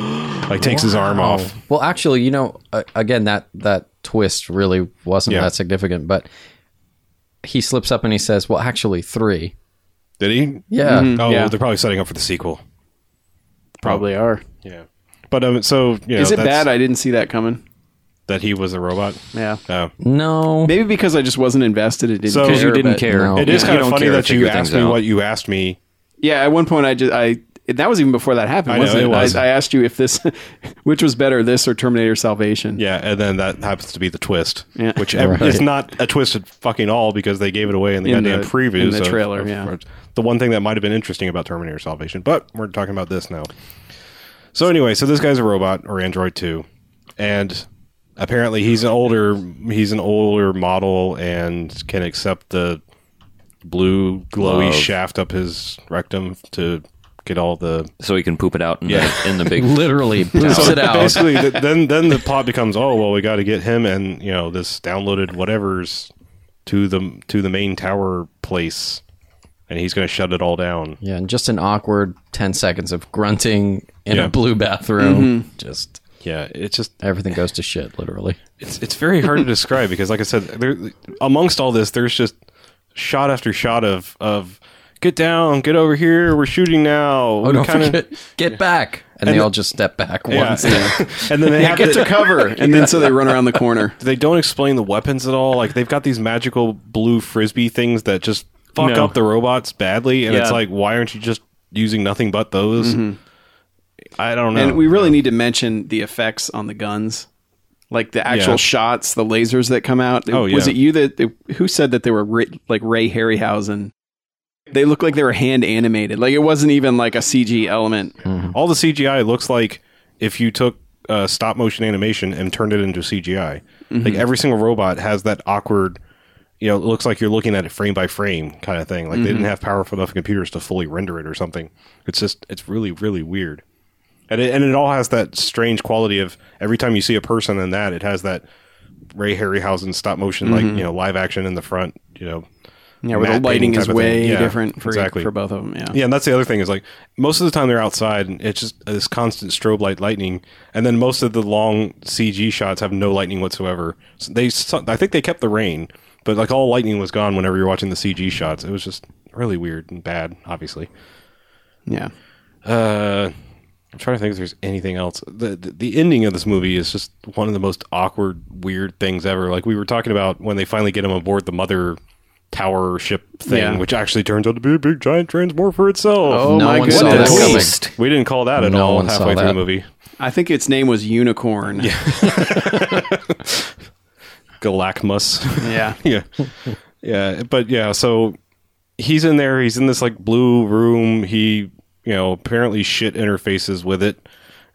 S3: like takes his arm off.
S6: Well, actually, you know, a- again, that that twist really wasn't
S3: Yeah.
S6: that significant, but he slips up and he says, "Well, actually, three.
S3: Did he?
S6: Yeah,
S3: Oh,
S4: Yeah.
S3: they're probably setting up for the sequel.
S4: Probably are.
S3: Yeah. But um, so you know,
S4: Is it
S3: that's-
S4: bad? I didn't see that coming.
S3: that he was a robot?
S4: Yeah.
S3: Oh.
S6: no,
S4: Maybe because I just wasn't invested. It didn't
S3: So-
S4: care,
S5: because you didn't
S4: but-
S5: care.
S6: No.
S3: It is
S5: You
S3: kind of
S5: don't
S3: funny
S5: care
S3: that
S5: to
S3: you
S5: figure
S3: asked me
S5: things out.
S3: what you asked me.
S4: Yeah, at one point I just I that was even before that happened.
S3: I know,
S4: wasn't
S3: it
S4: it?
S3: was.
S4: I, I asked you if this, which was better, this or Terminator Salvation.
S3: Yeah, and then that happens to be the twist,
S4: Yeah.
S3: which ev- is not a twist at fucking all because they gave it away in the
S4: In
S3: goddamn
S4: the-
S3: previews
S4: in the
S3: of-
S4: trailer,
S3: of-
S4: yeah.
S3: the one thing that might have been interesting about Terminator Salvation, but we're talking about this now. So anyway, so this guy's a robot or android too, and apparently he's an older he's an older model and can accept the blue glowy
S5: Love.
S3: shaft up his rectum to get all the
S5: so he can poop it out in, the, in the big.
S6: literally boots it out.
S3: basically th- then then the plot becomes oh well we got to get him and you know this downloaded whatever's to the to the main tower place and he's going to shut it all down
S6: Yeah, and just an awkward ten seconds of grunting in
S3: Yeah.
S6: a blue bathroom.
S4: Mm-hmm.
S6: Just
S3: yeah it's just
S6: everything goes to shit, literally.
S3: it's it's very hard to describe because like i said there amongst all this there's just shot after shot of of get down get over here we're shooting now
S6: Oh,
S3: We
S6: don't
S3: kinda-
S6: forget, get back, and, they all just step back
S3: yeah.
S6: once.
S3: and then they have
S4: get
S3: to
S4: to cover, and then so they run around the corner.
S3: they don't explain the weapons at all. Like they've got these magical blue frisbee things that just fuck
S5: No.
S3: up the robots badly, and it's
S5: Yeah.
S3: like, why aren't you just using nothing but those? I don't know.
S4: And we really need to mention the effects on the guns, like the actual
S3: Yeah.
S4: shots, the lasers that come out.
S3: Oh,
S4: Was
S3: yeah.
S4: it you that who said that they were Ray, like Ray Harryhausen? They look like they were hand animated. Like it wasn't even like a CG element.
S3: all the CGI looks like if you took uh, stop motion animation and turned it into CGI. Like
S4: Mm-hmm.
S3: every single robot has that awkward. You know, it looks like you're looking at it frame by frame kind of thing. Like they
S4: Mm-hmm.
S3: didn't have powerful enough computers to fully render it or something. It's just, it's really, really weird. And it, and it all has that strange quality of every time you see a person in that, it has that Ray Harryhausen stop motion, like, you know, live action in the front, you know.
S4: Mm-hmm. Yeah, where the
S3: matte
S4: lighting
S3: painting
S4: is
S3: type of thing.
S4: way
S3: Yeah,
S4: different for
S3: exactly.
S4: for both of them. Yeah.
S3: Yeah, and that's the other thing is like most of the time they're outside and it's just this constant strobe light lightning, and then most of the long CG shots have no lightning whatsoever. So they, su- I think they kept the rain, but like all lightning was gone whenever you're watching the CG shots. It was just really weird and bad, obviously.
S4: yeah.
S3: Uh, I'm trying to think if there's anything else. The, the the ending of this movie is just one of the most awkward, weird things ever. Like we were talking about when they finally get him aboard the mother tower ship thing,
S4: Yeah.
S3: which actually turns out to be a big giant transmorpher itself.
S4: Oh
S6: no
S4: my
S6: one saw
S4: goodness.
S6: that coming.
S5: Twist.
S3: We didn't call that at
S6: No
S3: all
S6: one saw
S3: halfway through the
S6: that.
S3: movie.
S4: I think its name was Unicorn. Yeah.
S3: Galacmus.
S4: Yeah.
S3: yeah. Yeah. But yeah, so he's in there. He's in this like blue room. He, you know, apparently shit interfaces with it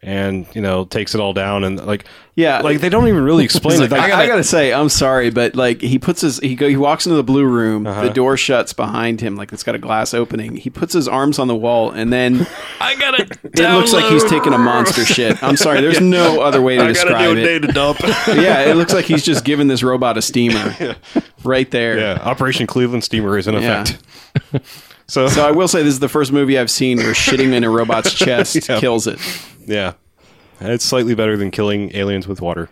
S3: and, you know, takes it all down. And like,
S4: Yeah.
S3: like they don't even really explain it.
S4: I,
S3: Like,
S4: I gotta, say, I'm sorry, but like he puts his he go he walks into the blue room, the door shuts behind him, like it's got a glass opening. He puts his arms on the wall, and then
S5: I got it.
S4: it looks like he's taking a monster shit. I'm sorry, there's no other way to describe it.
S3: to dump.
S4: Yeah, it looks like he's just giving this robot a steamer right there.
S3: yeah. Operation Cleveland Steamer is in
S4: Yeah.
S3: effect. So,
S4: So I will say this is the first movie I've seen where shitting in a robot's chest
S3: Yeah.
S4: kills it.
S3: yeah. It's slightly better than killing aliens with water.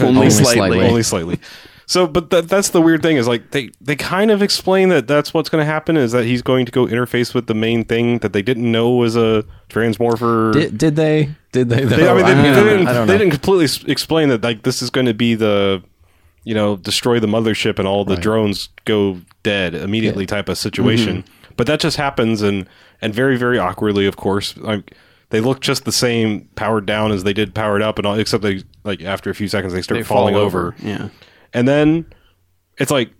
S4: Only, slightly.
S6: slightly.
S3: only slightly. So, but that, that's the weird thing is like they they kind of explain that that's what's going to happen is that he's going to go interface with the main thing that they didn't know was a Transmorpher.
S6: Did, did they? Did they? Though?
S3: They, I mean, they,
S6: don't
S3: they
S6: know.
S3: didn't,
S6: I don't
S3: they
S6: know.
S3: didn't completely s- explain that like this is going to be the you know destroy the mothership and all the drones go dead immediately type of situation.
S6: Mm-hmm.
S3: But that just happens and and very very awkwardly, of course. Like they look just the same powered down as they did powered up and all, except they like after a few seconds they start
S4: They fall
S3: falling
S4: over,
S3: over.
S4: yeah.
S3: and then it's like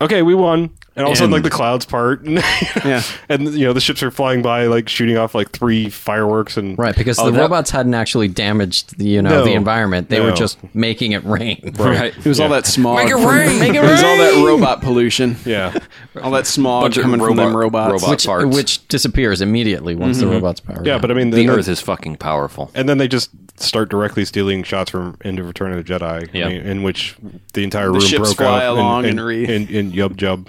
S3: okay, we won. And all of a sudden, like
S4: And-
S3: the clouds part, and,
S4: Yeah.
S3: and you know the ships are flying by, like shooting off like three fireworks, and
S6: Right, because
S5: Oh,
S6: the
S5: that-
S6: robots hadn't actually damaged the, you know
S3: No.
S6: the environment. They were
S3: No.
S6: just making it rain.
S5: Right.
S4: It was all that smog.
S6: Make it
S4: from-
S6: rain! Make it
S4: it was all that robot pollution.
S3: yeah,
S4: All that smog
S5: Bunch of
S4: coming from
S5: robot-
S4: them robots.
S5: robot
S6: Which,
S5: farts.
S6: which disappears immediately once the robots power.
S3: Mm-hmm. yeah.
S6: down.
S3: But I mean,
S5: the
S3: then-
S5: Earth is fucking powerful.
S3: and then they just start directly stealing shots from End of Return of the Jedi,
S5: Yeah.
S3: in, in which the entire room
S4: ships
S3: broke
S4: fly
S3: out
S4: along
S3: and
S4: and re-
S3: and, and yub jub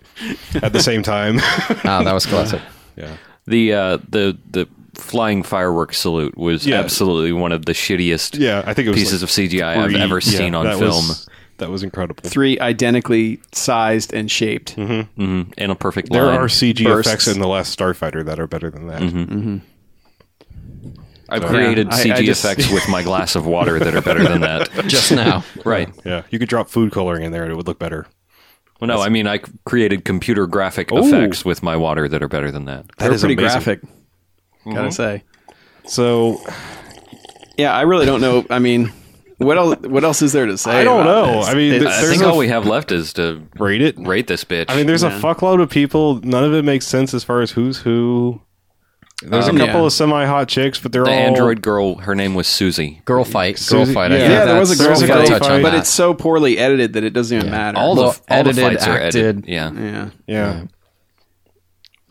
S3: at the same time.
S6: Ah, that was classic.
S3: yeah,
S5: The uh, the the flying fireworks salute was
S3: Yeah.
S5: absolutely one of the shittiest
S3: yeah. I think it was
S5: pieces of
S3: like
S5: CGI i I've
S3: three-
S5: ever
S3: yeah,
S5: seen on
S3: that
S5: film,
S3: was- that was incredible.
S4: Three identically sized and shaped.
S5: Mm-hmm. and a perfect
S3: there
S5: line. Mm-hmm.
S3: are CG
S4: bursts.
S3: effects in the Last Starfighter that are better than that.
S5: I've created
S4: Yeah, I- I
S5: CG
S4: just-
S5: effects with my glass of water that are better than that.
S6: Just now,
S5: Right.
S3: Yeah, you could drop food coloring in there and it would look better.
S5: Well, no, I mean I c- created computer graphic effects with my water that are better than that.
S3: That
S4: They're
S3: is
S4: pretty
S3: amazing.
S4: graphic.
S3: Mm-hmm.
S4: Gotta say.
S3: So
S4: Yeah, I really don't know. I mean, what else? What else is there to say?
S3: I don't
S4: about
S3: know.
S4: this?
S3: I mean,
S4: It's-
S3: th-
S5: I
S3: There's
S5: think
S3: a-
S5: all we have left is to
S3: rate it.
S5: rate this bitch.
S3: I mean, there's a fuckload of people. None of it makes sense as far as who's who. There's
S4: Um,
S3: a couple
S4: yeah.
S3: of semi-hot chicks, but they're
S5: the
S3: all
S5: android girl, her name was Susie.
S6: girl fight, girl
S3: Susie-
S6: fight.
S3: yeah.
S6: I think
S4: yeah, there was a girl
S6: that's-
S3: there's
S6: we
S3: a
S6: gotta
S4: fight,
S3: girl
S6: touch on
S3: fight.
S4: but
S6: that.
S4: it's so poorly edited that it doesn't even matter.
S5: All the,
S6: Well,
S5: all
S6: edited,
S5: the fights are edited.
S6: acted.
S5: Yeah.
S4: yeah,
S3: Yeah.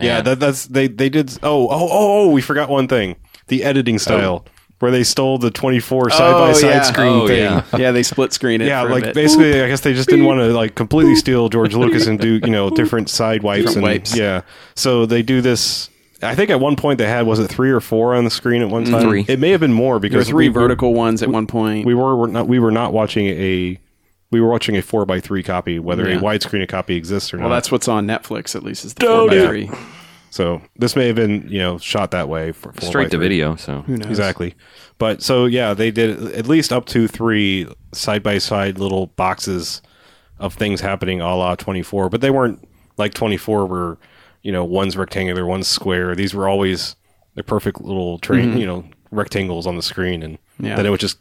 S3: Yeah, that, that's they they did oh, oh oh oh we forgot one thing. The editing style where they stole the 24 side-by-side
S4: yeah.
S3: screen
S5: Oh,
S3: thing.
S5: yeah.
S3: Yeah.
S4: yeah. They split screen it. for a
S3: like
S4: bit.
S3: basically, I guess they just didn't want to like completely steal George Lucas and do you know different side wipes
S4: Different
S3: and
S4: wipes.
S3: yeah. So they do this. I think at one point they had was it three or four on the screen at one time.
S5: Three.
S3: It may have been more
S4: Mm, there were
S3: because
S4: three
S3: we- we-
S4: vertical ones at one point.
S3: We were, were not we were not watching a we were watching a four by three copy whether
S4: Yeah.
S3: a widescreen copy exists or
S4: well,
S3: not.
S4: that's what's on Netflix. At least is the four by
S3: yeah.
S4: three.
S3: So this may have been you know shot that way for four by
S5: Straight to
S3: three.
S5: video, so
S3: Exactly. But so yeah, they did at least up to three side by side little boxes of things happening a la twenty four, but they weren't like twenty four where, you know, one's rectangular, one's square. These were always the perfect little train you know, rectangles on the screen and
S4: Mm-hmm. Yeah.
S3: then it would just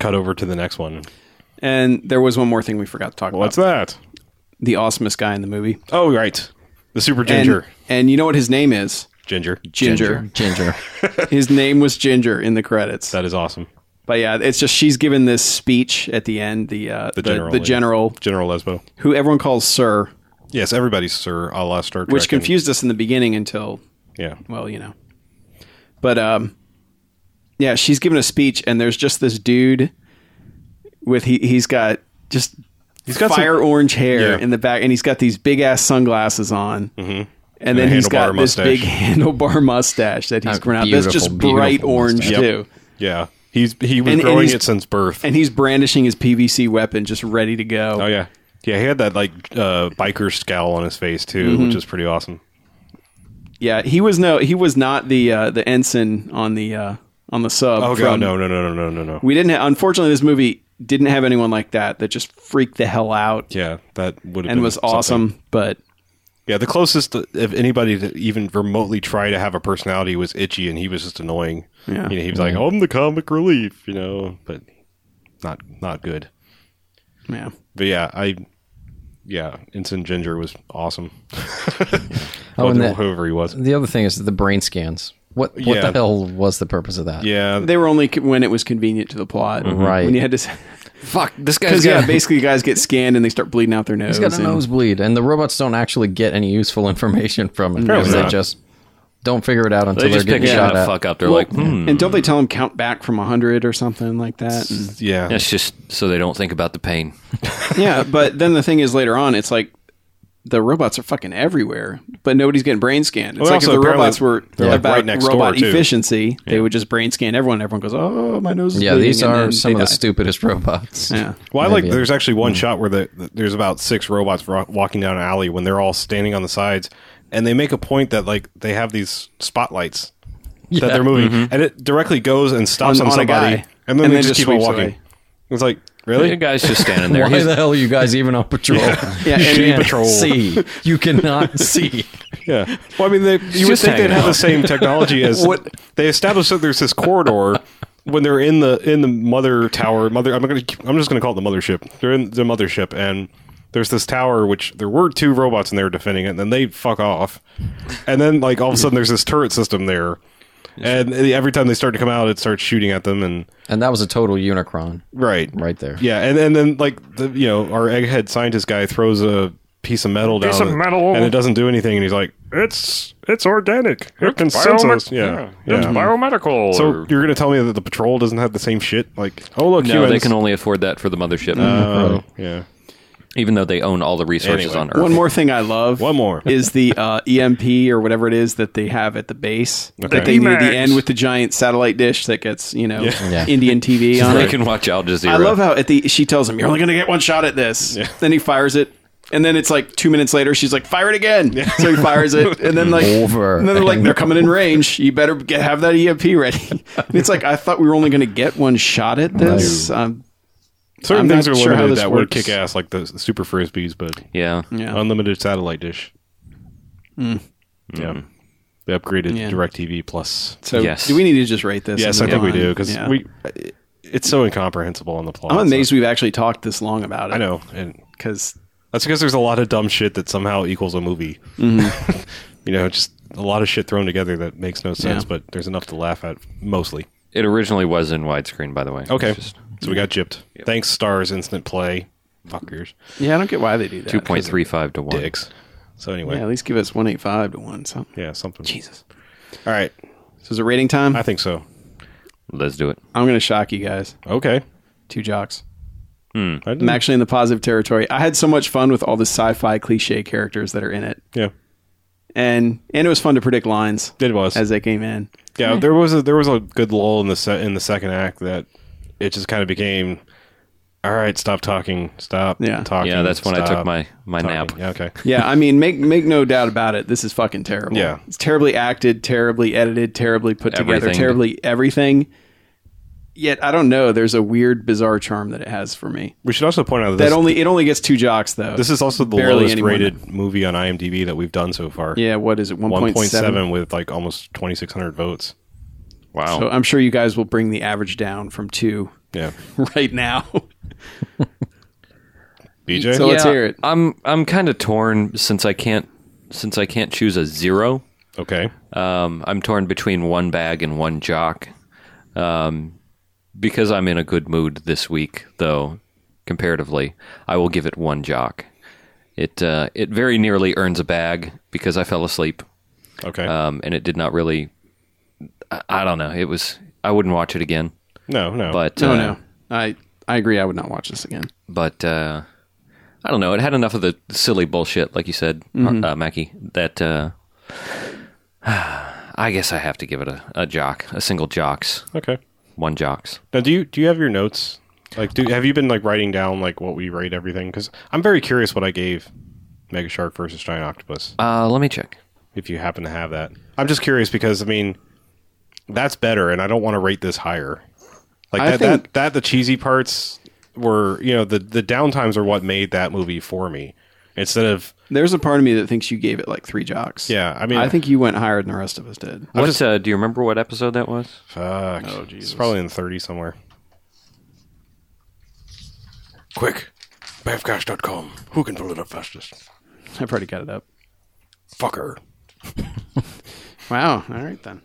S3: cut over to the next one.
S4: And there was one more thing we forgot to talk
S3: What's
S4: about.
S3: that?
S4: The awesomest guy in the movie.
S3: Oh right. The super
S4: And-
S3: ginger.
S4: and you know what his name is?
S3: ginger.
S4: Ginger.
S6: Ginger.
S4: His name was Ginger in the credits.
S3: That is awesome.
S4: But yeah, it's just she's given this speech at the end. The uh, the, the
S3: general
S4: general,
S3: lady. General Lesbo.
S4: who everyone calls Sir,
S3: Yes, everybody's Sir a la Star Trek.
S4: which
S3: and-
S4: confused us in the beginning until
S3: Yeah.
S4: well, you know. But um, yeah, she's giving a speech, and there's just this dude with he he's got just he's
S3: got
S4: fire orange hair
S3: Yeah.
S4: in the back, and he's got these big ass sunglasses on. Mm-hmm. And then
S3: a
S4: he's got
S3: handlebar
S4: this
S3: mustache.
S4: big handlebar mustache that he's
S6: Oh,
S4: grown out. That's just
S6: beautiful,
S4: bright
S6: beautiful
S4: orange
S6: mustache.
S3: Yep.
S4: too.
S3: Yeah. He's he was
S4: And- and
S3: growing
S4: he's-
S3: it since birth.
S4: And he's brandishing his PVC weapon, just ready to go.
S3: Oh yeah, yeah. He had that like uh, biker scowl on his face too,
S4: Mm-hmm.
S3: which is pretty awesome.
S4: Yeah, he was no, he was not the uh, the ensign on the uh, on the sub.
S3: Oh god,
S4: from-
S3: no, no, no, no, no, no, no.
S4: We didn't. Ha- unfortunately, this movie didn't have anyone like that that just freaked the hell out
S3: Yeah, that would have
S4: and
S3: been
S4: was
S3: something.
S4: awesome. But
S3: Yeah, the closest if anybody to even remotely try to have a personality was Itchy, and he was just annoying.
S4: Yeah.
S3: you know, he
S6: Mm-hmm.
S3: was like, "I'm the comic relief," you know, but not not good.
S4: yeah,
S3: But yeah, I yeah, Ensign Ginger was awesome.
S6: Oh, and
S3: Whether-
S6: the,
S3: whoever he was.
S6: the other thing is the brain scans. What what
S3: Yeah.
S6: the hell was the purpose of that?
S3: Yeah,
S4: they were only c- when it was convenient to the plot,
S5: Mm-hmm.
S6: Right.
S4: When you had to,
S5: fuck this guy's
S4: because
S5: got
S4: yeah, basically guys get scanned and they start bleeding out their nose.
S6: He's got a
S4: and-
S6: nosebleed, and the robots don't actually get any useful information from it
S3: Apparently
S6: because they
S3: not.
S6: just don't figure it out until
S5: they
S6: are
S5: just pick
S6: getting
S5: a shot
S6: shot
S5: and
S6: at.
S5: fuck up. They're like, hmm.
S4: And don't they tell him count back from hundred or something like that? And-
S3: yeah,
S5: That's just so they don't think about the pain.
S4: yeah, but then the thing is later on, it's like the robots are fucking everywhere, but nobody's getting brain scanned. It's
S3: Well,
S4: like if
S3: also
S4: the
S3: apparently
S4: robots were
S3: they're, like,
S4: about
S3: right next door,
S4: robot
S3: too.
S4: efficiency, they would just brain scan everyone. Everyone goes, "Oh, my nose is
S6: Yeah,
S4: bleeding,"
S6: these
S4: and
S6: are
S4: then
S6: some
S4: they
S6: of the
S4: die.
S6: stupidest robots.
S4: Yeah.
S3: Well, I like.
S6: Maybe.
S3: There's actually one shot where the, the- there's about six robots ro- walking down an alley when they're all standing on the sides, and they make a point that like they have these spotlights that they're moving, and it directly goes and stops
S4: Mm-hmm. On-
S3: on,
S4: on a
S3: somebody,
S4: guy.
S3: and then
S4: And
S3: they
S4: then
S3: just
S4: just
S3: keep on
S4: sweeps
S3: walking.
S4: away.
S3: It's like
S5: The
S3: really
S5: guy's just standing there.
S6: Why
S5: He's-
S6: the hell are you guys even on patrol?
S4: Yeah,
S6: You
S4: and-
S6: can't
S3: patrol.
S6: See, you cannot see.
S3: Yeah. Well, I mean, they, you would
S5: just
S3: think they'd
S5: hanging
S3: have the
S5: out.
S3: same technology as
S4: What-
S3: they established that there's this corridor when they're in the in the mother tower. Mother, I'm gonna keep- I'm just gonna call it the mothership. They're in the mothership, and there's this tower which there were two robots and they were defending it. and Then they fuck off, and then like all of a sudden there's this turret system there, and every time they start to come out, it starts shooting at them and.
S6: And that was a total Unicron.
S3: Right.
S6: Right there.
S3: Yeah, and, and then like the you know, our egghead scientist guy throws a piece of metal down
S7: of metal.
S3: and it doesn't do anything and he's like, It's it's organic. It can sense
S7: biome-
S3: us. Yeah.
S7: It's
S3: yeah.
S7: biomedical.
S3: so
S7: or-
S3: you're gonna tell me that the patrol doesn't have the same shit? Like, oh look,
S5: no,
S3: humans.
S5: they can only afford that for the mothership,
S3: oh, yeah.
S5: even though they own all the resources
S3: Anyway.
S5: on Earth.
S4: One more thing I love.
S3: One more.
S4: is the uh, EMP or whatever it is that they have at the base that they need at the
S7: EMAX.
S4: end with the giant satellite dish that gets you know
S6: Yeah.
S4: Indian TV on
S5: they
S4: it.
S5: can watch Al Jazeera.
S4: I love how at the she tells him you're only going to get one shot at this. Then he fires it. And then it's like two minutes later, she's like, "Fire it again!" So he fires it, and then like,
S6: Over
S4: and then they're like,
S6: and
S4: "They're coming in range. You better get, have that EMP ready." And it's like, I thought we were only going to get one shot at this. Um,
S3: Certain
S4: I'm
S3: things
S4: not
S3: are
S4: sure how
S3: limited
S4: this
S3: that would
S4: works.
S3: kick ass, like the super frisbees, but
S5: Yeah.
S4: yeah, Mm.
S3: unlimited satellite dish. Yeah. They upgraded
S4: Yeah.
S3: DirecTV Plus.
S4: so
S5: yes.
S4: do we need to just rate this?
S3: Yes, I
S4: and
S3: think we
S4: move on?
S3: do because
S4: Yeah.
S3: we. It's so incomprehensible on the plot.
S4: I'm
S3: so-
S4: amazed we've actually talked this long about it.
S3: I know, and
S4: because
S3: That's because there's a lot of dumb shit that somehow equals a movie.
S4: Mm-hmm.
S3: you know, just a lot of shit thrown together that makes no sense,
S4: Yeah.
S3: but there's enough to laugh at mostly.
S5: It originally was in widescreen, by the way.
S3: Okay.
S5: It's just
S3: so we got gypped. Thanks, Stars Instant Play. Fuckers.
S4: yeah, I don't get why they do that.
S5: 2.35 to 1.
S3: Dicks. So anyway.
S4: Yeah,
S3: Yeah,
S4: at least give us 185 to one something.
S3: something.
S4: Jesus.
S3: All right.
S4: So is it rating time?
S3: I think so.
S5: Let's do it.
S4: I'm going to shock you guys.
S3: Okay.
S4: Two jocks.
S3: I didn't-
S4: I'm actually in the positive territory. I had so much fun with all the sci-fi cliche characters that are in it,
S3: yeah.
S4: and and it was fun to predict lines
S3: It was.
S4: as they came in.
S3: yeah, there was a there was a good lull in the se- in the second act that it just kind of became all right, stop talking, stop
S4: Yeah.
S3: talking.
S5: Yeah, that's when I took
S3: stop
S5: my, my nap.
S3: talking. Yeah, okay.
S4: Yeah, I mean, make make no doubt about it. This is fucking terrible.
S3: Yeah.
S4: it's terribly acted, terribly edited, terribly put together,
S5: Everything.
S4: terribly everything. Yet I don't know. There's a weird, bizarre charm that it has for me.
S3: We should also point out that
S4: That
S3: this,
S4: only it only gets two jocks though.
S3: This is also the
S4: Barely
S3: lowest
S4: anyone.
S3: rated movie on IMDb that we've done so far.
S4: yeah. What is it? One
S3: one
S4: point seven.
S3: with like almost twenty six hundred votes.
S5: Wow.
S3: Oh.
S4: So I'm sure you guys will bring the average down from two
S3: Yeah,
S4: right now.
S3: BJ.
S4: So- let's hear it.
S3: Oh,
S5: I'm I'm kind of torn since I can't since I can't choose a zero.
S3: okay,
S5: Um, I'm torn between one bag and one jock. Um, because I'm in a good mood this week, though, comparatively, I will give it one jock. It uh, it very nearly earns a bag because I fell asleep,
S3: okay.
S5: um, and it did not really. I, I don't know. It was I wouldn't watch it again,
S3: no, no,
S5: but
S4: no,
S5: uh,
S4: no. I I agree. I would not watch this again.
S5: but uh, I don't know. It had enough of the silly bullshit, like you said, uh, Mackie. That uh, I guess I have to give it a, a jock, a single jocks,
S3: okay.
S5: one jocks.
S3: Now, do you do you have your notes? Like, do have you been like writing down like what we rate everything? Because I'm very curious what I gave Mega Shark versus Giant Octopus.
S5: Uh, let me check.
S3: If you happen to have that, I'm just curious because I mean, that's better, and I don't want to rate this higher. Like
S4: I
S3: that,
S4: think-
S3: that that the cheesy parts were you know the the downtimes are what made that movie for me instead of
S4: There's a part of me that thinks you gave it like three jocks.
S3: Yeah, I mean-
S4: I think you went higher than the rest of us did.
S5: What uh, do you remember? What episode that was?
S3: Fuck. uh, It's probably in 30 somewhere.
S8: Quick, bavcash.com. Who can pull it up fastest?
S4: I've already got it up.
S8: Fucker.
S4: Wow. All right then.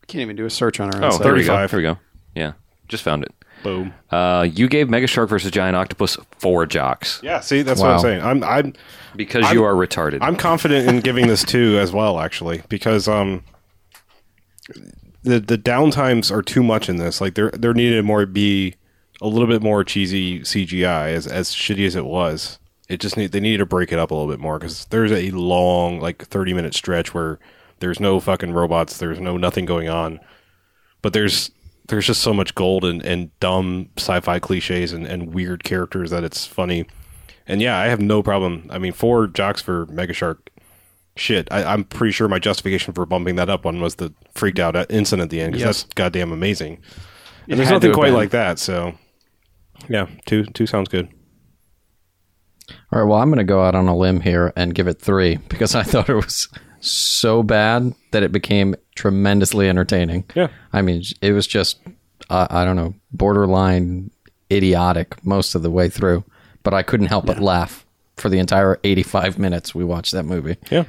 S4: We can't even do a search on our own.
S5: Oh,
S4: site.
S5: there we go.
S3: 35.
S5: There we go. Yeah, just found it.
S3: Boom.
S5: Uh, you gave Mega Shark versus Giant Octopus four jocks
S3: Yeah, see, that's what
S6: Wow.
S3: I'm saying. I'm I'm
S5: because you are retarded.
S3: I'm confident in giving this 2 as well actually because um the the downtimes are too much in this. Like there there needed more be a little bit more cheesy CGI as as shitty as it was. It just need they needed to break it up a little bit more cuz there's a long like 30 minute stretch where there's no fucking robots, there's no nothing going on. but there's there's just so much gold and, and dumb sci-fi cliches and, and weird characters that it's funny and yeah i have no problem i mean four jocks for mega shark shit. I, I'm pretty sure my justification for bumping that up one was the freaked out incident at the end because
S4: Yes.
S3: that's goddamn amazing. And there's
S4: had to
S3: nothing
S4: have
S3: quite
S4: been.
S3: like that. So yeah, two two sounds good.
S6: All right, well, I'm going to go out on a limb here and give it three because I thought it was so bad that it became tremendously entertaining.
S3: Yeah.
S6: I mean, it was just, I I don't know, borderline idiotic most of the way through, but I couldn't help but laugh for the entire 85 minutes we watched that movie.
S3: Yeah.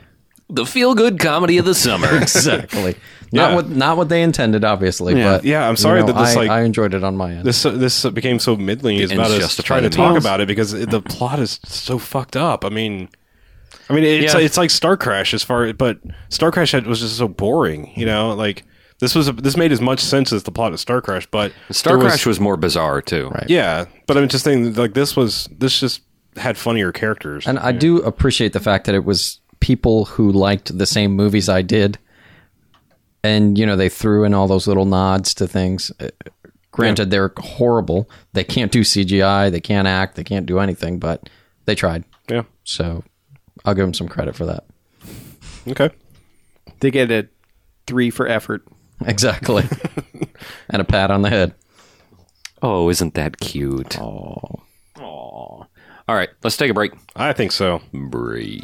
S5: The feel good comedy of the summer.
S6: Exactly. Not
S3: Yeah.
S6: what not what they intended, obviously.
S4: Yeah.
S6: But
S3: Yeah, I'm
S6: you
S3: sorry that this,
S6: I,
S3: like-
S6: I enjoyed it on my end.
S3: This uh, this became so middling is
S5: ends
S3: about us
S5: justify
S3: trying to
S5: the
S3: talk
S5: means.
S3: about it because it, the plot is so fucked up. I mean, I mean it's
S5: Yeah.
S3: it's like Star Crash as far, but Star Crash had- was just so boring. You know, like this was a, this made as much sense as the plot of Star Crash, but
S5: Star
S3: there
S5: Crash was more bizarre too. Right.
S3: yeah. But I'm just saying like this was this just had funnier characters.
S6: And I do appreciate the fact that it was people who liked the same movies I did. And, you know, they threw in all those little nods to things. Uh, Granted, they're horrible. They can't do CGI. They can't act. They can't do anything, but they tried.
S3: yeah.
S6: So I'll give them some credit for that.
S3: Okay.
S4: They get a three for effort.
S6: Exactly. and a pat on the head.
S5: Oh, isn't that cute? Oh. All right, let's take a break.
S3: I think so.
S5: Break.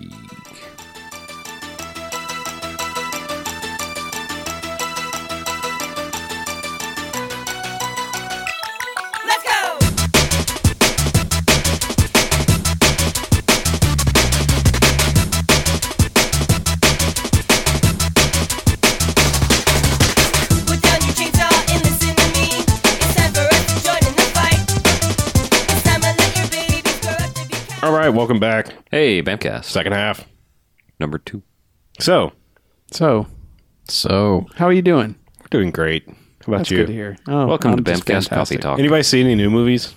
S1: Let's go.
S7: Put down your chainsaw and listen to me. It's time for us to join in the fight. It's time to let your babies grow up to be cows.
S3: All right, welcome back.
S5: Hey, Bamcast.
S3: Second half.
S5: Number two.
S3: So,
S4: So,
S6: So
S4: how are you doing?
S3: we're doing great. How about
S4: That's
S3: you?
S4: good to hear. Oh,
S5: Welcome
S4: I'm
S5: to
S4: just
S5: Bamcast Coffee
S4: fantastic.
S5: Talk.
S3: Anybody see any new movies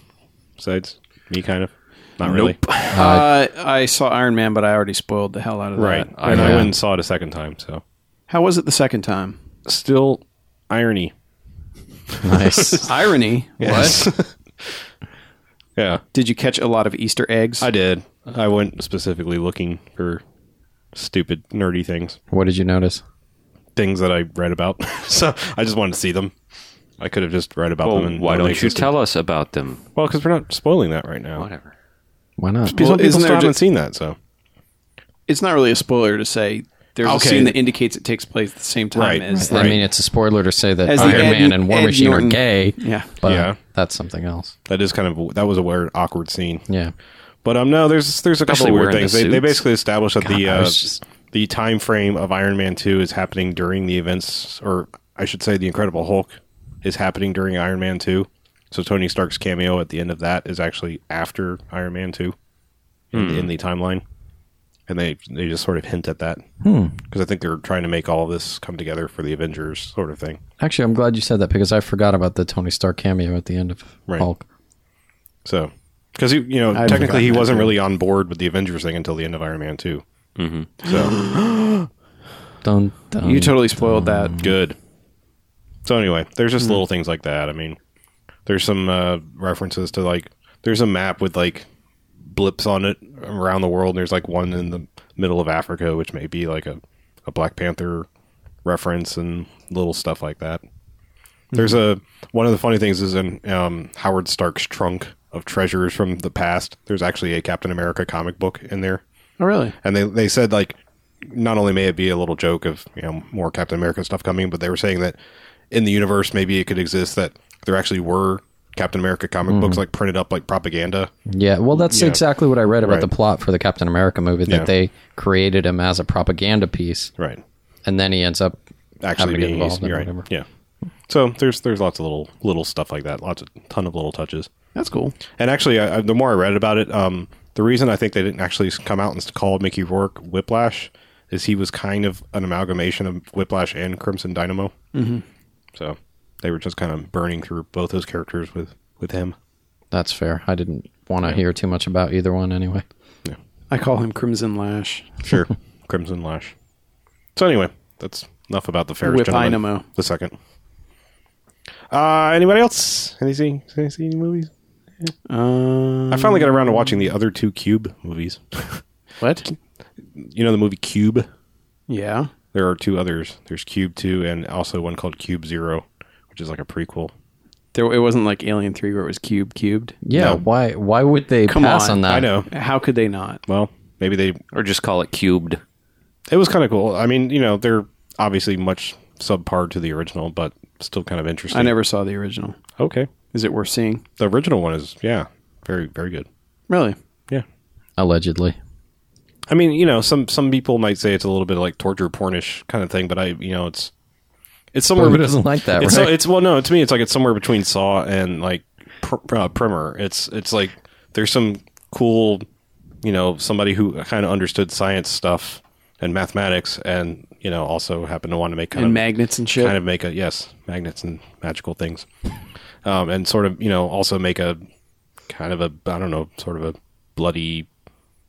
S3: besides me kind of? Not really.
S4: Uh, I saw Iron Man, but I already spoiled the hell out of
S3: Right.
S4: that.
S3: and I
S6: yeah.
S3: went and saw it a second time, so
S4: How was it the second time?
S3: still irony.
S6: nice.
S4: Irony. What?
S3: Yeah.
S4: Did you catch a lot of Easter eggs?
S3: I did. I went specifically looking for stupid nerdy things.
S6: what did you notice?
S3: Things that I read about. so I just wanted to see them. I could have just read about them
S5: Well,
S3: and
S5: why
S3: they
S5: don't you
S3: existed.
S5: tell us about them?
S3: Well, because we're not spoiling that right now.
S5: Whatever.
S6: Why not?
S3: Because
S4: Well,
S3: some people
S4: isn't
S3: still
S4: there
S3: haven't
S4: just-
S3: seen that, so
S4: It's not really a spoiler to say there's
S3: Okay.
S4: a scene that indicates it takes place at the same time
S3: Right.
S4: as
S3: Right.
S6: I mean, it's a spoiler to say that
S4: As the
S6: Iron
S4: Ed-
S6: Man and War
S4: Ed
S6: Machine
S4: Norton-
S6: are gay.
S4: Yeah.
S6: But
S3: Yeah.
S6: that's something else.
S3: that is kind of that was a weird awkward scene.
S6: Yeah.
S3: But um, no, there's there's a couple
S5: Especially
S3: of weird
S5: wearing the
S3: things. they, they
S5: suits.
S3: basically established that the
S6: God, I
S3: uh,
S6: was just-
S3: the time frame of Iron Man Two is happening during the events, or I should say, the Incredible Hulk is happening during Iron Man Two. So Tony Stark's cameo at the end of that is actually after Iron Man Two in,
S6: Hmm.
S3: the- in the timeline, and they they just sort of hint at that because I think they're trying to make all this come together for the Avengers sort of thing.
S6: Actually, I'm glad you said that because I forgot about the Tony Stark cameo at the end of
S3: Right.
S6: Hulk.
S3: So because you you know
S4: I'd
S3: technically he
S4: forgotten that,
S3: wasn't
S4: too.
S3: really on board with the Avengers thing until the end of Iron Man 2
S6: Mm-hmm.
S3: So.
S6: Dun,
S3: Um,
S6: dun.
S4: you totally spoiled that.
S3: good. So anyway, there's just little things like that. I mean, there's some uh, references to like there's a map with like blips on it around the world. And there's like one in the middle of Africa, which may be like a, a Black Panther reference and little stuff like that. There's a one of the funny things is in um, Howard Stark's trunk of treasures from the past. There's actually a Captain America comic book in there
S4: Oh, really?
S3: and they they said like not only may it be a little joke of you know more Captain America stuff coming, but they were saying that in the universe maybe it could exist that there actually were Captain America comic books
S6: Mm-hmm.
S3: like printed up like propaganda.
S6: Yeah, well, that's
S3: Yeah.
S6: exactly what I read about
S3: Right.
S6: the plot for the Captain America movie that
S3: Yeah.
S6: they created him as a propaganda piece,
S3: Right.
S6: and then he ends up
S3: Actually
S6: having to get
S3: being
S6: involved in
S3: you're right.
S6: whatever.
S3: Yeah. So there's there's lots of little little stuff like that. Lots of ton of little touches.
S4: That's cool.
S3: And actually, I, I- the more I read about it, um, the reason I think they didn't actually come out and call Mickey Rourke Whiplash is he was kind of an amalgamation of Whiplash and Crimson Dynamo. Mm-hmm. So they were just kind of burning through both those characters with with him.
S6: That's fair. I didn't want to hear too much about either one anyway.
S4: I call him Crimson Lash.
S3: Sure, Crimson Lash. So anyway, that's enough about the Ferris gentleman.
S4: Whip-Dynamo.
S3: The second. Uh, anybody else? Any see, any see any movies?
S4: Um,
S3: I finally got around to watching the other two Cube movies.
S4: what?
S3: you know the movie Cube?
S4: Yeah.
S3: There are two others. There's Cube Two and also one called Cube Zero, which is like a prequel.
S4: There, it wasn't like Alien Three where it was cube cubed.
S6: Yeah,
S3: No.
S6: why why would they
S4: Come
S6: pass
S4: on,
S6: on, that?
S3: I know.
S4: How could they not?
S3: Well, maybe they.
S5: or just call it cubed.
S3: It was kind of cool. I mean, you know, they're obviously much subpar to the original, but still kind of interesting.
S4: I never saw the original.
S3: Okay,
S4: Is it worth seeing?
S3: the original one is yeah, very very good.
S4: Really?
S3: Yeah.
S6: Allegedly.
S3: I mean, you know, some some people might say it's a little bit like torture pornish kind of thing, but I, you know, it's it's somewhere.
S6: Who
S3: bet-
S6: doesn't like that,
S3: It's, so-
S6: right?
S3: it's well, no, to me, it's like it's somewhere between Saw and like pr- uh, Primer. It's it's like there's some cool, you know, somebody who kind of understood science stuff and mathematics, and you know, also happened to want to make kind
S4: And
S3: of
S4: magnets and shit.
S3: kind of make a yes magnets and magical things um, and sort of you know also make a kind of a i don't know sort of a bloody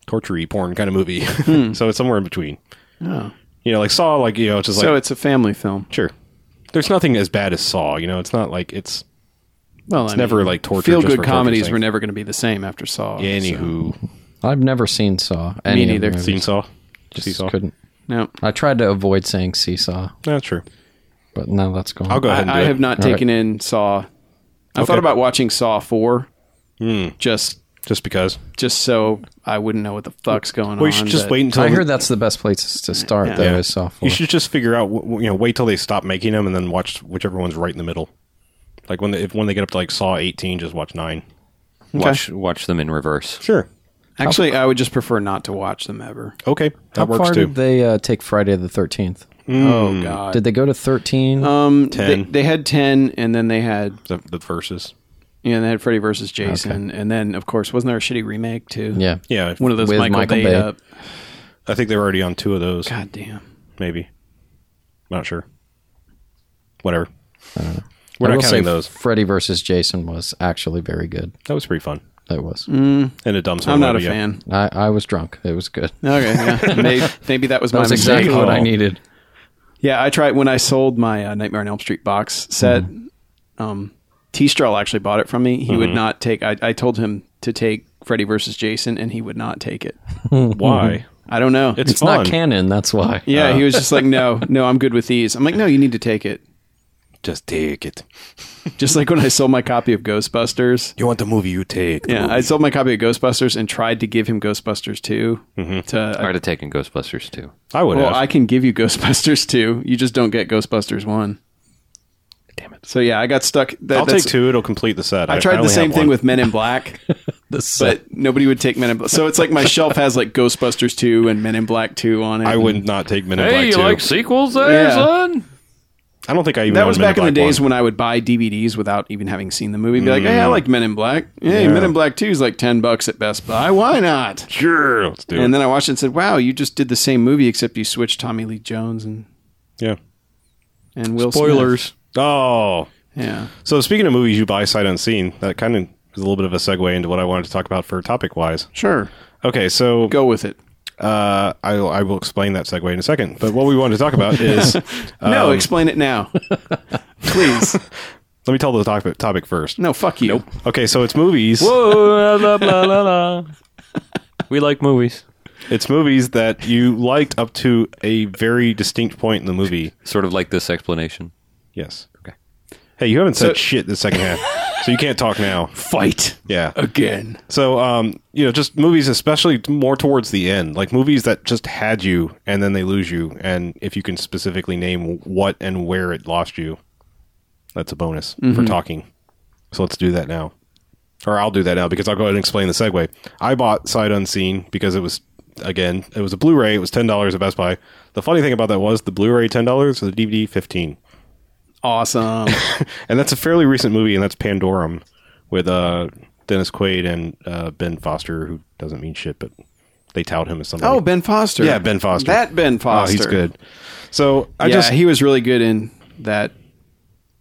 S3: torture porn kind of movie
S4: Hmm.
S3: so it's somewhere in between you know like saw like you know it's just
S4: Oh. so
S3: like
S4: it's a family film.
S3: sure there's nothing as bad as saw you know it's not like it's
S4: Well, it's
S3: never, like, torture
S4: Feel
S3: just for
S4: good
S3: torture's
S4: comedies
S3: sake.
S4: were never going to be the same after Saw. Oh, so-
S3: anywho
S6: I've never seen Saw. Any
S4: neither.
S6: Of the
S3: seen
S6: movies.
S3: saw
S6: Just
S3: See Saw?
S6: couldn't.
S4: No,
S6: I tried to avoid saying seesaw,
S3: that's true
S6: but now that's gone.
S3: i'll go ahead and do
S4: I, I
S3: it.
S4: have not
S6: All right.
S4: taken in Saw. I
S3: Okay.
S4: thought about watching Saw Four,
S6: Hmm.
S4: just
S3: just because
S4: just so I wouldn't know what the fuck's going on.
S3: well you should just
S4: but-
S3: wait until
S6: I heard that's the best place to start, though,
S3: Yeah.
S6: is Saw 4.
S3: You should just figure out, wh- wh- you know, wait till they stop making them, and then watch whichever one's right in the middle. Like when they, if when they get up to like Saw eighteen, just watch nine.
S5: Watch watch them in reverse.
S3: Sure.
S4: Actually, I would just prefer not to watch them ever.
S3: Okay, that
S6: How
S3: works
S6: far
S3: too. Hmm.
S6: did they uh, take Friday the 13th?
S4: Oh God.
S6: Did they go to 13?
S3: Uh,
S4: um,
S3: 10.
S4: They, they had ten, and then they had
S3: the, the verses.
S4: you know, they had Freddy versus Jason, and then of course wasn't there a shitty remake too?
S6: yeah.
S3: Yeah,
S4: one of those
S6: With
S4: Michael,
S6: Michael
S4: Bay,
S6: Bay.
S4: up.
S3: I think they were already on two of those.
S4: God damn.
S3: Maybe. Not sure. Whatever. We're
S6: I
S3: not
S6: will say
S3: counting those.
S6: Freddy versus Jason was actually very good.
S3: That was pretty fun.
S6: It was.
S3: Mm. And a dumb sort
S4: I'm
S3: of
S4: not a
S3: way, but yeah.
S4: fan.
S6: I, I was drunk. It was good.
S4: Okay, yeah. maybe, maybe that was
S6: That
S4: my
S6: was
S4: mistake.
S6: exactly what I
S3: Oh.
S6: needed.
S4: Yeah, I tried when I sold my uh, Nightmare on Elm Street box set.
S3: Mm-hmm.
S4: Um, T. Strahl actually bought it from me. He would not take. I, I told him to take Freddy versus Jason, and he would not take it.
S3: Why?
S4: I don't know.
S3: It's, uh,
S6: It's
S3: fun.
S6: not canon, that's why.
S4: yeah, he was just like, no, no, I'm good with these. I'm like, no, you need to take it.
S3: Just take it.
S4: Just like when I sold my copy of Ghostbusters.
S3: You want the movie? You take. the
S4: Yeah,
S3: movie.
S4: I sold my copy of Ghostbusters and tried to give him Ghostbusters 2
S3: Mm-hmm. Uh,
S4: to.
S5: I'd have taken Ghostbusters too.
S3: I would.
S4: well,
S3: have.
S4: I can give you Ghostbusters 2. You just don't get Ghostbusters 1. Damn it. So yeah, I got stuck. That,
S3: I'll
S4: that's-
S3: take two. It'll complete the set.
S4: I tried the
S3: only
S4: same
S3: have
S4: thing
S3: one.
S4: with Men in Black,
S6: set.
S4: but nobody would take Men in Black. So it's like my shelf has like Ghostbusters 2 and Men in Black 2 on it.
S3: I
S4: And
S3: would not take Men in Black two.
S5: sequels there,
S4: Yeah.
S5: son?
S3: I don't think I even.
S4: That
S3: own
S4: was
S3: Men
S4: back in the
S3: Black
S4: days
S3: one. Mm.
S4: when I would buy DVDs without even having seen the movie. Be like, hey, I like Men in Black. Hey, Men in Black 2 is like 10 bucks at Best Buy. Why not?
S3: Sure, let's do
S4: And
S3: it.
S4: then I watched it and said, wow, you just did the same movie except you switched Tommy Lee Jones and,
S3: yeah.
S4: and Will Smith."
S3: Spoilers. Oh.
S4: Yeah.
S3: So speaking of movies you buy sight unseen, that kind of is a little bit of a segue into what I wanted to talk about for topic wise.
S4: Sure.
S3: Okay, so
S4: Go with it.
S3: uh, I, I will explain that segue in a second. But what we wanted to talk about is Um,
S4: no, explain it now. Please.
S3: let me tell the topic, topic first.
S4: No, fuck you.
S3: Okay, so it's movies.
S5: Oh, la, la, la, la. We like movies.
S3: It's movies that you liked up to a very distinct point in the movie.
S5: Sort of like this explanation.
S3: Yes. Okay. Hey, you haven't said shit the second half, so you can't talk now.
S4: Fight
S3: Yeah.
S4: again.
S3: So, um, you know, just movies, especially more towards the end, like movies that just had you and then they lose you. And if you can specifically name what and where it lost you, that's a bonus for talking. So let's do that now. Or I'll do that now because I'll go ahead and explain the segue. I bought Sight Unseen because it was, again, it was a Blu ray. It was $10 at Best Buy. The funny thing about that was the Blu ray $10, the DVD 15
S4: Awesome.
S3: and that's a fairly recent movie, and that's Pandorum with uh, Dennis Quaid and uh, Ben Foster, who doesn't mean shit, but they tout him as something.
S4: oh, Ben Foster.
S3: yeah, Ben Foster.
S4: That Ben Foster.
S3: Oh, he's good. So I
S4: yeah,
S3: just
S4: he was really good in that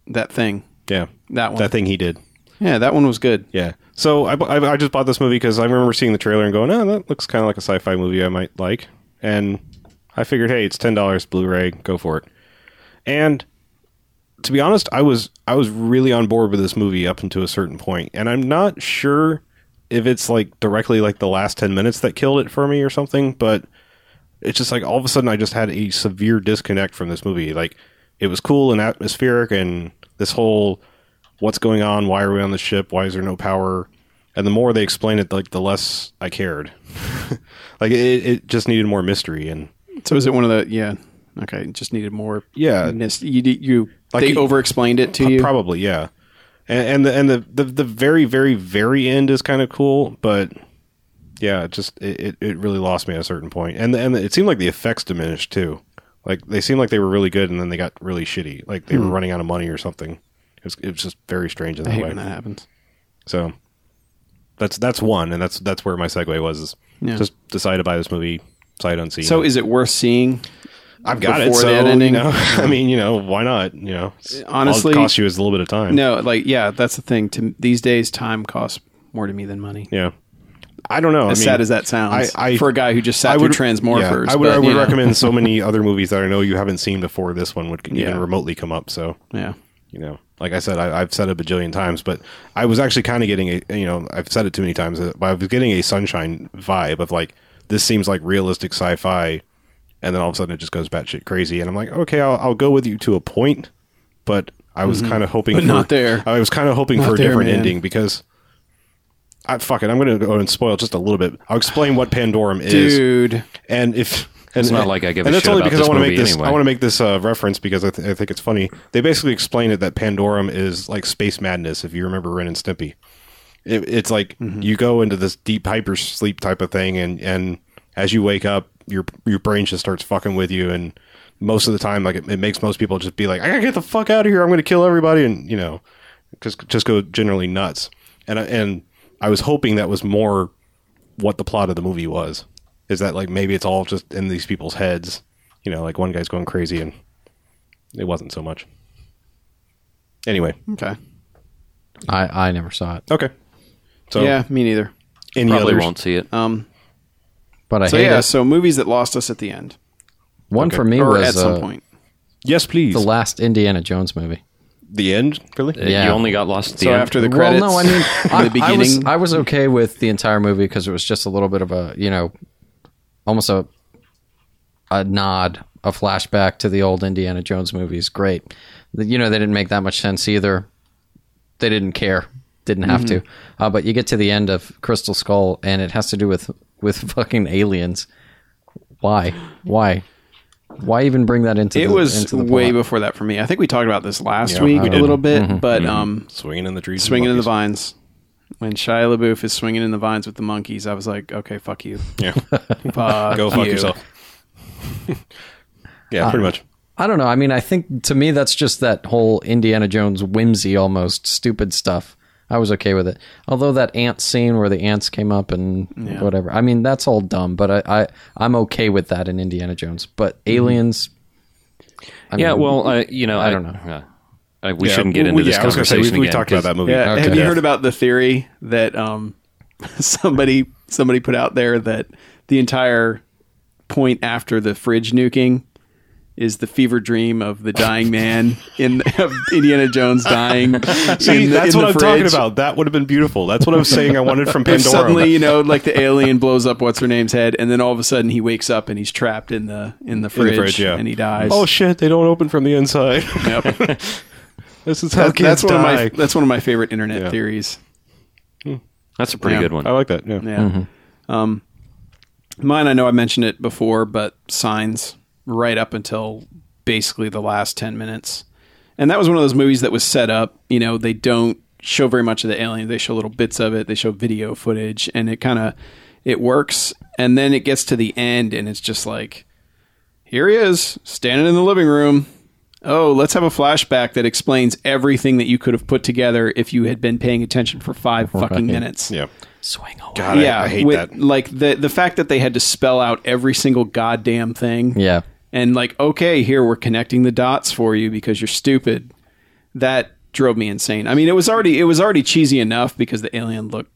S4: that thing.
S3: yeah
S4: that one.
S3: that thing he did.
S4: Yeah, that one was good.
S3: Yeah. So I, bu- I, I just bought this movie because I remember seeing the trailer and going, oh, that looks kind of like a sci fi movie I might like. And I figured, hey, it's $10 Blu ray, go for it. And to be honest, I was I was really on board with this movie up until a certain point, and I'm not sure if it's like directly like the last ten minutes that killed it for me or something, but it's just like all of a sudden I just had a severe disconnect from this movie. Like it was cool and atmospheric, and this whole what's going on? Why are we on the ship? Why is there no power? And the more they explained it, like the less I cared. like it, it just needed more mystery, and
S4: So is it one of the yeah? Okay, just needed more.
S3: Yeah.
S4: missed, you you
S3: Like
S4: they
S3: you-
S4: over explained it to you.
S3: probably yeah. And, and the and the, the the very very very end is kind of cool, but yeah, it just it, it, it really lost me at a certain point. And and it seemed like the effects diminished too. Like they seemed like they were really good, and then they got really shitty. Like they were running out of money or something. It was, it was just very strange in
S4: Hmm. I
S3: that
S4: hate
S3: way.
S4: when that happens.
S3: So that's that's one, and that's that's where my segue was. Is
S4: Yeah.
S3: Just decided to buy this movie sight unseen.
S4: So is it worth seeing?
S3: I've got it.
S4: before
S3: So
S4: that
S3: you
S4: ending?
S3: know, I mean, you know, why not? You know, it's- all it
S4: Honestly-
S3: costs you is a little bit of time.
S4: No, like yeah, that's the thing. To these days, time costs more to me than money.
S3: Yeah. I don't know.
S4: As
S3: I mean,
S4: sad as that sounds,
S3: I- I-
S4: for a guy who just
S3: I
S4: sat
S3: would
S4: through Transmorphers,
S3: yeah, I would,
S4: but,
S3: I
S4: you
S3: would
S4: know.
S3: recommend so many other movies that I know you haven't seen before. This one would
S4: Yeah.
S3: even remotely come up. So
S4: Yeah,
S3: you know, like I said, I, I've said it a bajillion times, but I was actually kind of getting a you know I've said it too many times, uh, but I was getting a sunshine vibe of like this seems like realistic sci-fi, and then all of a sudden it just goes batshit crazy, and I'm like, okay, I'll, I'll go with you to a point, but I was kind of hoping
S4: Mm-hmm. But
S3: for,
S4: not there.
S3: I was kind of hoping
S4: Not
S3: for a
S4: there,
S3: different
S4: man.
S3: ending because. I, fuck it. I'm going to go and spoil just a little bit. I'll explain what Pandorum is
S4: dude.
S3: and if and,
S5: not like I give a
S3: and that's
S5: shit
S3: only
S5: about
S3: because
S5: this
S3: I want to
S5: movie
S3: make this
S5: anyway.
S3: I want to make this uh, reference because I, th- I think it's funny. They basically explain it that Pandorum is like space madness. If you remember Ren and Stimpy, it, it's like
S5: Mm-hmm.
S3: you go into this deep hyper sleep type of thing, and and as you wake up, your your brain just starts fucking with you, and most of the time, like it, it makes most people just be like, I gotta get the fuck out of here. I'm gonna kill everybody, and you know, just just go generally nuts. And I- and I was hoping that was more what the plot of the movie was. Is that like maybe it's all just in these people's heads? You know, like one guy's going crazy and it wasn't so much. Anyway,
S4: Okay,
S6: I, I never saw it,
S3: okay. So
S4: yeah, me neither.
S3: any
S5: Probably
S3: others? Oh.
S5: won't see it.
S4: Um,
S6: but I
S4: so
S6: hate
S4: yeah,
S6: it.
S4: so movies that lost us at the end,
S6: One for me
S4: or
S6: was
S4: at some
S6: uh,
S4: point.
S3: Yes, please.
S6: the
S3: The,
S6: last Indiana Jones movie.
S3: end, really?
S6: Yeah.
S5: Uh, You only got lost at the
S4: So
S5: end.
S4: after the credits,
S6: Well, no, I mean, I,
S4: in the
S6: I was
S4: beginning,
S6: I was okay with the entire movie because it was just a little bit of a you know, almost a a nod, a flashback to the old Indiana Jones movies. Great, The- you know they didn't make that much sense either. They didn't care, didn't have
S4: Mm-hmm.
S6: to. Uh, but you get to the end of Crystal Skull, and it has to do with with fucking aliens. Why? Why? Why even bring that into
S4: it
S6: the,
S4: was
S6: into the
S4: way
S6: plot?
S4: before that for me. I think we talked about this last
S3: Yeah, Mm-hmm.
S4: week
S3: we
S4: a
S3: did.
S4: little bit, but um,
S3: Swinging in the trees. and
S4: swinging in the
S3: monkeys.
S4: vines. When Shia LaBeouf is swinging in the vines with the monkeys, I was like, okay, fuck you.
S3: Yeah.
S4: Fuck
S3: Go fuck
S4: you.
S3: yourself. yeah, pretty much.
S6: I don't know. I mean, I think to me that's just that whole Indiana Jones whimsy, almost stupid stuff. I was okay with it. Although that ant scene where the ants came up and whatever. I mean, that's all dumb, but I, I I'm okay with that in Indiana Jones. But aliens. I
S5: yeah,
S6: mean,
S5: well, I, you know,
S6: I don't know.
S5: uh, I- we
S3: Yeah,
S5: shouldn't get
S3: w-
S5: into
S3: w-
S5: this
S3: yeah, I was gonna say,
S5: conversation
S3: we, we
S5: again,
S3: talked about
S5: 'cause-
S3: that movie.
S4: Yeah.
S6: Okay.
S4: Have you
S6: Yeah.
S4: heard about the theory that um, somebody somebody put out there that the entire point after the fridge nuking is the fever dream of the dying man in of Indiana Jones dying?
S3: See,
S4: in the-
S3: that's
S4: in the
S3: what I'm talking
S4: fridge?
S3: about. That would have been beautiful. That's what I was saying I wanted from Pandora.
S4: If suddenly, you know, like the alien blows up what's her name's head, and then all of a sudden he wakes up and he's trapped in the in the
S3: in
S4: fridge, and he dies.
S3: Oh shit, they don't open from the inside.
S4: Yep.
S3: this is how
S4: That-
S3: kids
S4: that's one
S3: die.
S4: of my that's one of my favorite internet
S3: Yeah.
S4: theories.
S5: That's a pretty
S4: Yeah.
S5: good one.
S3: I like that. Yeah. Oh.
S4: Yeah. Um, mine, I know I mentioned it before, but signs right up until basically the last 10 minutes. And that was one of those movies that was set up. You know, they don't show very much of the alien, they show little bits of it, they show video footage, and it kind of it works. And then it gets to the end, and it's just like, here he is, standing in the living room. Oh, let's have a flashback that explains everything that you could have put together if you had been paying attention for five fucking minutes
S3: Yeah.
S6: swing away.
S3: God, I- I, hate
S4: with-
S3: that.
S4: Like the the fact that they had to spell out every single goddamn thing.
S6: Yeah.
S4: And like, okay, here we're connecting the dots for you because you're stupid. That drove me insane. I mean, it was already it was already cheesy enough because the alien looked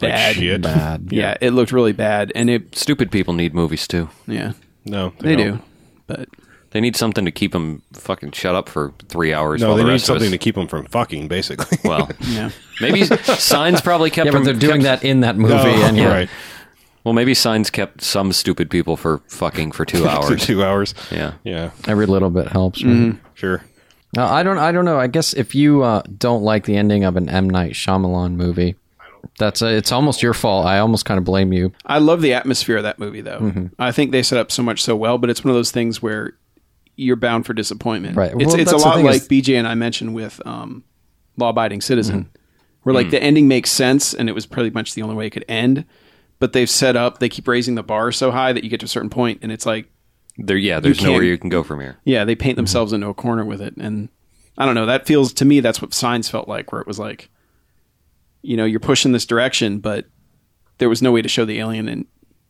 S3: Like
S4: bad.
S3: shit.
S6: Bad.
S4: Yeah, it looked really bad, and it
S5: Stupid people need movies too.
S4: yeah
S3: No,
S4: they
S3: don't.
S4: do, but
S5: They need something to keep them fucking shut up for three hours.
S3: No,
S5: while
S3: they
S5: the
S3: need
S5: rest of
S3: something
S5: us-
S3: to keep them from fucking, basically.
S5: Well,
S4: yeah.
S5: maybe signs probably kept
S6: Yeah, but
S5: them-
S6: they're doing
S5: kept-
S6: that in that movie,
S3: Oh,
S6: and yeah,
S3: right.
S5: Well, maybe signs kept some stupid people for fucking for two
S3: For
S5: hours.
S3: two hours.
S5: Yeah.
S3: Yeah.
S6: Every little bit helps. right?
S3: Sure.
S6: No, I don't. I don't know. I guess if you uh, don't like the ending of an M Night Shyamalan movie, that's uh it's almost your fault. I almost kind of blame you.
S4: I love the atmosphere of that movie, though.
S6: Mm-hmm.
S4: I think they set up so much so well, but it's one of those things where you're bound for disappointment.
S6: Right.
S4: it's
S6: Well,
S4: it's a
S6: that's the
S4: lot
S6: thing
S4: like
S6: is-
S4: BJ and I mentioned with um, Law Abiding Citizen,
S6: Mm-hmm.
S4: where like the ending makes sense, and it was pretty much the only way it could end. But they've set up, they keep raising the bar so high that you get to a certain point, and it's like,
S5: There, yeah, there's
S4: can't-
S5: nowhere you can go from here.
S4: yeah, they paint themselves into a corner with it, and I don't know. That feels to me that's what Signs felt like, where it was like, you know, you're pushing this direction, but there was no way to show the alien and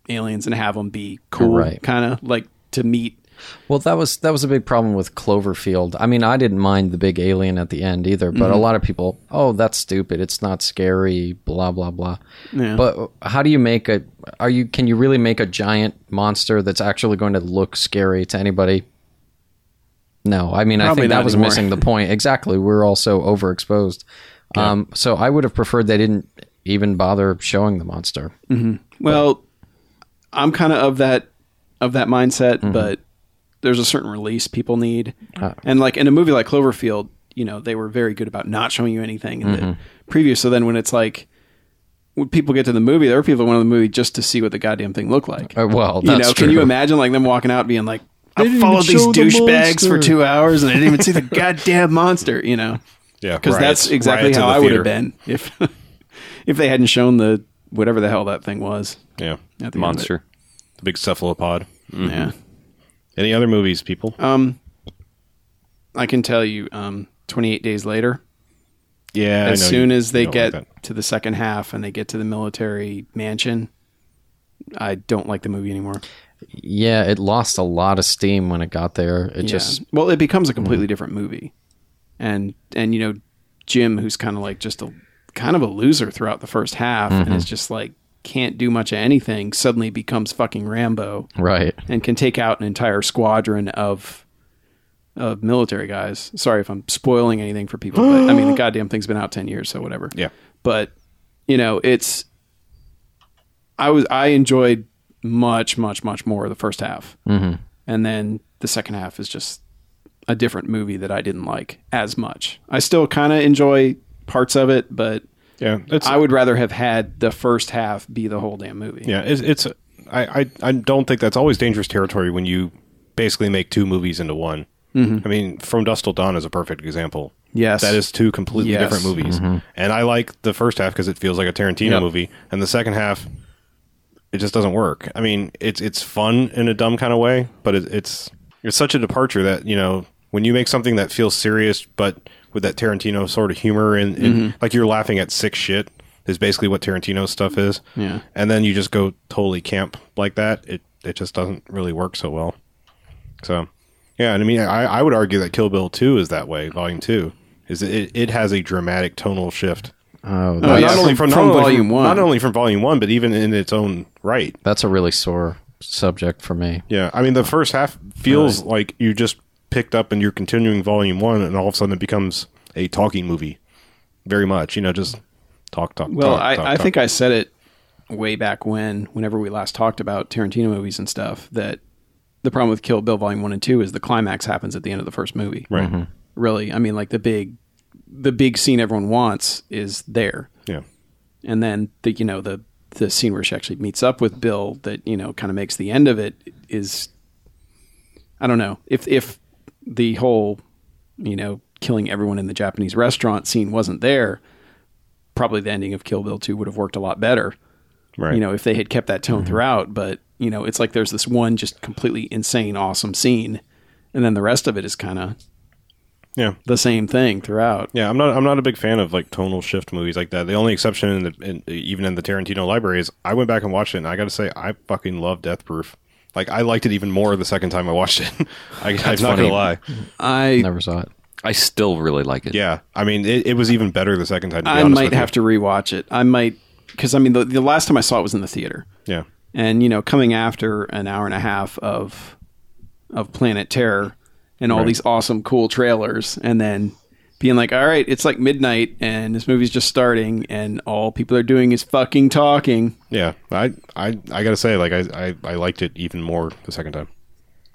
S4: aliens and have them be cool,
S6: Right.
S4: kind of like to meet.
S6: Well, that was that was a big problem with Cloverfield. I mean, I didn't mind the big alien at the end either, but a
S4: Mm-hmm.
S6: lot of people, oh, that's stupid. It's not scary. Blah blah blah. But how do you make a? Are you? Can you really make a giant monster that's actually going to look scary to anybody? No, I mean, I
S4: Probably
S6: think that
S4: not
S6: was
S4: anymore.
S6: missing the point. Exactly, we're all so overexposed. Um, so I would have preferred they didn't even bother showing the monster.
S4: Well, I'm kind of of that of that mindset,
S3: Mm-hmm.
S4: but there's a certain release people need,
S3: Ah.
S4: and like in a movie like Cloverfield, you know, they were very good about not showing you anything in
S3: Mm-hmm.
S4: the preview. So then when it's like when people get to the movie, there were people that went to the movie just to see what the goddamn thing looked like.
S3: Oh,
S6: Uh, well,
S4: you
S6: that's
S4: know,
S6: true.
S4: can you imagine like them walking out being like, I
S3: didn't
S4: followed
S3: even
S4: these
S3: show the
S4: douchebags for
S3: monster."
S4: two hours and I didn't even see the goddamn monster, you know?
S3: Yeah.
S4: Because
S3: riots-
S4: that's exactly
S3: riots in
S4: how
S3: the
S4: I would
S3: theater.
S4: have been if if they hadn't shown the whatever the hell that thing was.
S3: Yeah.
S4: at the end of it.
S5: Monster.
S3: The big cephalopod.
S4: Yeah.
S3: mm-hmm. Any other movies, people?
S4: Uh, I can tell you, um, 28 days later,
S3: yeah. I
S4: as
S3: know
S4: soon
S3: you-
S4: as
S3: you
S4: they
S3: don't
S4: get
S3: like that.
S4: to the second half and they get to the military mansion, I don't like the movie anymore.
S6: yeah, it lost a lot of steam when it got there. It
S4: Yeah.
S6: just
S4: well, it becomes
S3: Mm-hmm.
S4: a completely different movie, and and you know, Jim, who's kind of like just a kind of a loser throughout the first half,
S3: Mm-hmm.
S4: and is just like can't do much of anything. Suddenly becomes fucking Rambo
S6: right.
S4: and can take out an entire squadron of of military guys. Sorry if I'm spoiling anything for people, but I mean the goddamn thing's been out ten years, so whatever.
S3: Yeah.
S4: But you know, it's I was I enjoyed much, much, much more the first half, mm-hmm. and then the second half is just a different movie that I didn't like as much. I still kind of enjoy parts of it, but
S3: Yeah. It's,
S4: I would rather have had the first half be the whole damn movie.
S3: Yeah, it's, it's I, I I don't think that's always dangerous territory when you basically make two movies into one.
S4: Mm-hmm.
S3: I mean, From Dust Till Dawn is a perfect example.
S4: Yes.
S3: that is two completely
S4: Yes.
S3: different movies, and I like the first half because it feels like a Tarantino
S4: Yep.
S3: movie, and the second half it just doesn't work. I mean, it's it's fun in a dumb kind of way, but it, it's it's such a departure that you know when you make something that feels serious but with that Tarantino sort of humor and, and
S4: Mm-hmm.
S3: like you're laughing at sick shit is basically what Tarantino's stuff is.
S4: Yeah.
S3: and then you just go totally camp like that. It it just doesn't really work so well. So yeah, and I mean, I, I would argue that Kill Bill Two is that way. Volume Two is it it has a dramatic tonal shift.
S6: Oh,
S4: Oh,
S6: that,
S4: yeah, from- from
S3: only
S4: Volume One.
S3: not only from volume one, but even in its own right.
S6: that's a really sore subject for me.
S3: Yeah, I mean, the first half feels like you just picked up and you're continuing volume one, and all of a sudden it becomes a talking movie, very much. You know, just talk, talk.
S4: Well,
S3: talk,
S4: I,
S3: talk,
S4: I
S3: talk.
S4: think I said it way back when, whenever we last talked about Tarantino movies and stuff, that the problem with Kill Bill Volume One and Two is the climax happens at the end of the first movie.
S3: right.
S4: Really, I mean, like the big, the big scene everyone wants is there,
S3: Yeah,
S4: and then the you know the the scene where she actually meets up with Bill that you know kind of makes the end of it is, I don't know if if the whole you know killing everyone in the Japanese restaurant scene wasn't there. Probably the ending of Kill Bill 2 would have worked a lot better
S3: right. Mm-hmm.
S4: you know, if they had kept that tone throughout. But you know, it's like there's this one just completely insane, awesome scene, and then the rest of it is kind of
S3: yeah.
S4: the same thing throughout.
S3: Yeah, I'm not. I'm not a big fan of like tonal shift movies like that. The only exception in the in, even in the Tarantino library is I went back and watched it, and I got to say I fucking love Death Proof. Like I liked it even more the second time I watched it. I, I'm not
S5: funny.
S3: gonna lie.
S4: I
S6: Never saw it.
S5: I still really like it.
S3: Yeah, I mean it, it was even better the second time. To be
S4: I
S3: honest
S4: might
S3: with you.
S4: have to rewatch it. I might because I mean the, the last time I saw it was in the theater,
S3: Yeah,
S4: and you know, coming after an hour and a half of of Planet Terror and all these awesome, cool trailers, and then. being like, all right, it's like midnight and this movie's just starting and all people are doing is fucking talking.
S3: Yeah, I I, I gotta say, like I, I I liked it even more the second time,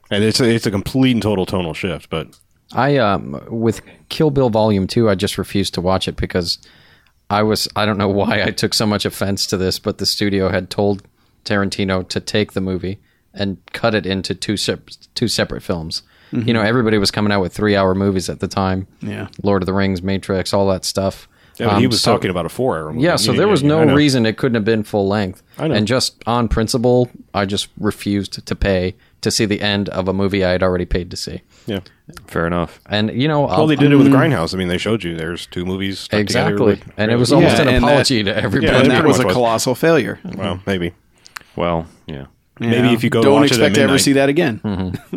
S3: and it's a, it's a complete and total tonal shift. But
S6: I um with Kill Bill Volume Two, I just refused to watch it because I was I don't know why I took so much offense to this, but the studio had told Tarantino to take the movie and cut it into two sep- two separate films. You
S3: Mm-hmm.
S6: know, everybody was coming out with three hour movies at the time.
S4: Yeah.
S6: Lord of the Rings, Matrix, all that stuff.
S3: yeah, but
S6: Um,
S3: he was
S6: so-
S3: talking about a four hour. movie.
S6: Yeah, so there was
S3: yeah,
S6: no
S3: I know.
S6: reason it couldn't have been full length.
S3: I know.
S6: And just on principle, I just refused to pay to see the end of a movie I had already paid to see.
S3: Yeah,
S5: Fair enough.
S6: And you know,
S3: well,
S6: I'll-
S3: they did it with Grindhouse. I mean, they showed you there's two movies stuck together
S6: Um, Exactly.
S3: with-
S6: And it was
S3: Yeah.
S6: almost
S4: Yeah,
S6: an
S4: and that-
S6: apology to
S3: Yeah,
S6: everybody.
S4: and
S3: it
S4: that
S3: pretty
S4: was a
S3: much was.
S4: colossal failure.
S3: well, maybe
S5: Well, yeah.
S3: Maybe if you go
S4: don't
S3: watch it at
S4: expect to ever
S3: midnight. Mm-hmm.
S4: see that again.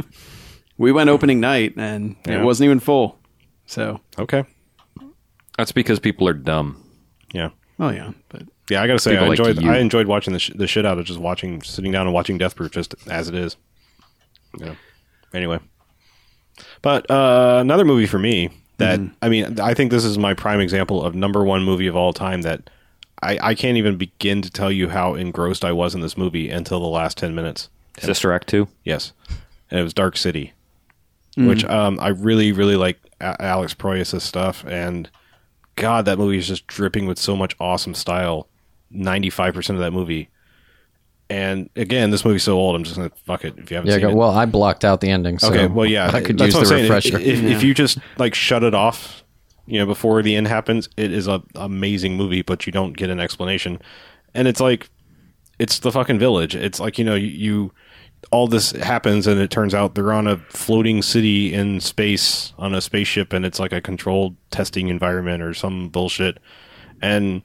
S4: we went opening night and
S3: Yeah.
S4: it wasn't even full. So,
S3: okay,
S5: That's because people are dumb.
S3: yeah.
S4: oh yeah, but
S3: Yeah, I gotta say,
S5: People
S3: I
S5: like
S3: enjoyed.
S5: you.
S3: I enjoyed watching the, sh- the shit out of just watching, sitting down and watching Death Proof just as it is. Yeah. Anyway, but uh, another movie for me that
S6: Mm-hmm.
S3: I mean, I think this is my prime example of number one movie of all time that I, I can't even begin to tell you how engrossed I was in this movie until the last ten minutes.
S5: Sister Act 2?
S3: Yes, and it was Dark City, which
S6: Mm.
S3: um, I really, really like A- Alex Proyas' stuff. And God, that movie is just dripping with so much awesome style. Ninety-five percent of that movie. And again, this movie's so old. I'm just gonna fuck it if you haven't
S6: Yeah,
S3: seen
S6: go,
S3: it.
S6: well, I blocked out the ending. So
S3: okay, well, yeah,
S6: I could
S3: that's
S6: use
S3: what
S6: the
S3: I'm saying.
S6: refresher.
S3: If, if, if you just like shut it off, you know, before the end happens, it is a amazing movie, but you don't get an explanation. And it's like it's the fucking village. It's like you know you, you all this happens and it turns out they're on a floating city in space on a spaceship and it's like a controlled testing environment or some bullshit. And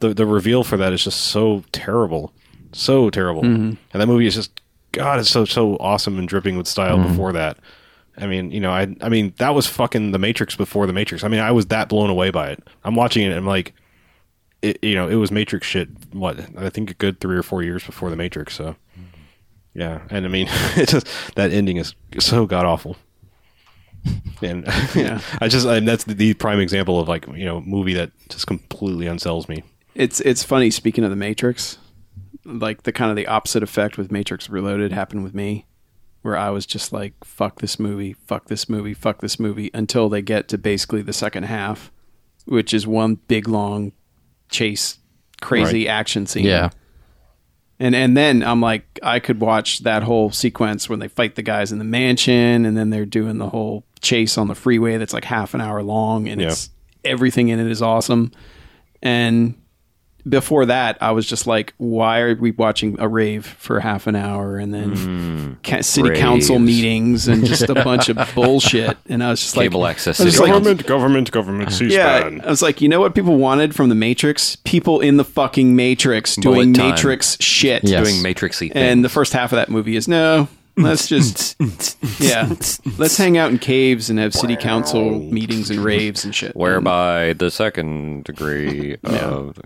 S3: the the reveal for that is just so terrible, so terrible. And that movie is just God, it's so so awesome and dripping with style. Before that, I mean, you know, I I mean that was fucking The Matrix before The Matrix. I mean, I was that blown away by it. I'm watching it and I'm like, it, you know, it was Matrix shit. What I think a good three or four years before The Matrix. So yeah, and I mean, it's just that ending is so god awful. And yeah, I just and that's the, the prime example of like you know movie that just completely unsells me.
S4: it's it's funny speaking of the Matrix. Like the kind of the opposite effect with Matrix Reloaded happened with me where I was just like fuck this movie, fuck this movie, fuck this movie until they get to basically the second half, which is one big long chase crazy action scene.
S6: yeah.
S4: And and then I'm like, I could watch that whole sequence when they fight the guys in the mansion, and then they're doing the whole chase on the freeway that's like half an hour long, and
S3: Yeah.
S4: it's everything in it is awesome. And before that, I was just like, why are we watching a rave for half an hour and then ca- city council
S5: Hmm. raves.
S4: meetings and just a bunch of bullshit? And I was just
S5: Cable
S4: like,
S5: access
S4: I was
S5: city
S4: like,
S5: council.
S8: Government, government, government,
S4: yeah, uh,
S8: C-SPAN.
S4: I was like, you know what people wanted from the Matrix? People in the fucking Matrix doing
S5: Bullet time.
S4: Matrix shit.
S6: Yes.
S5: Doing Matrixy things.
S4: And the first half of that movie is no, let's just yeah, let's hang out in caves and have city council meetings and raves and shit.
S5: Whereby the second degree of.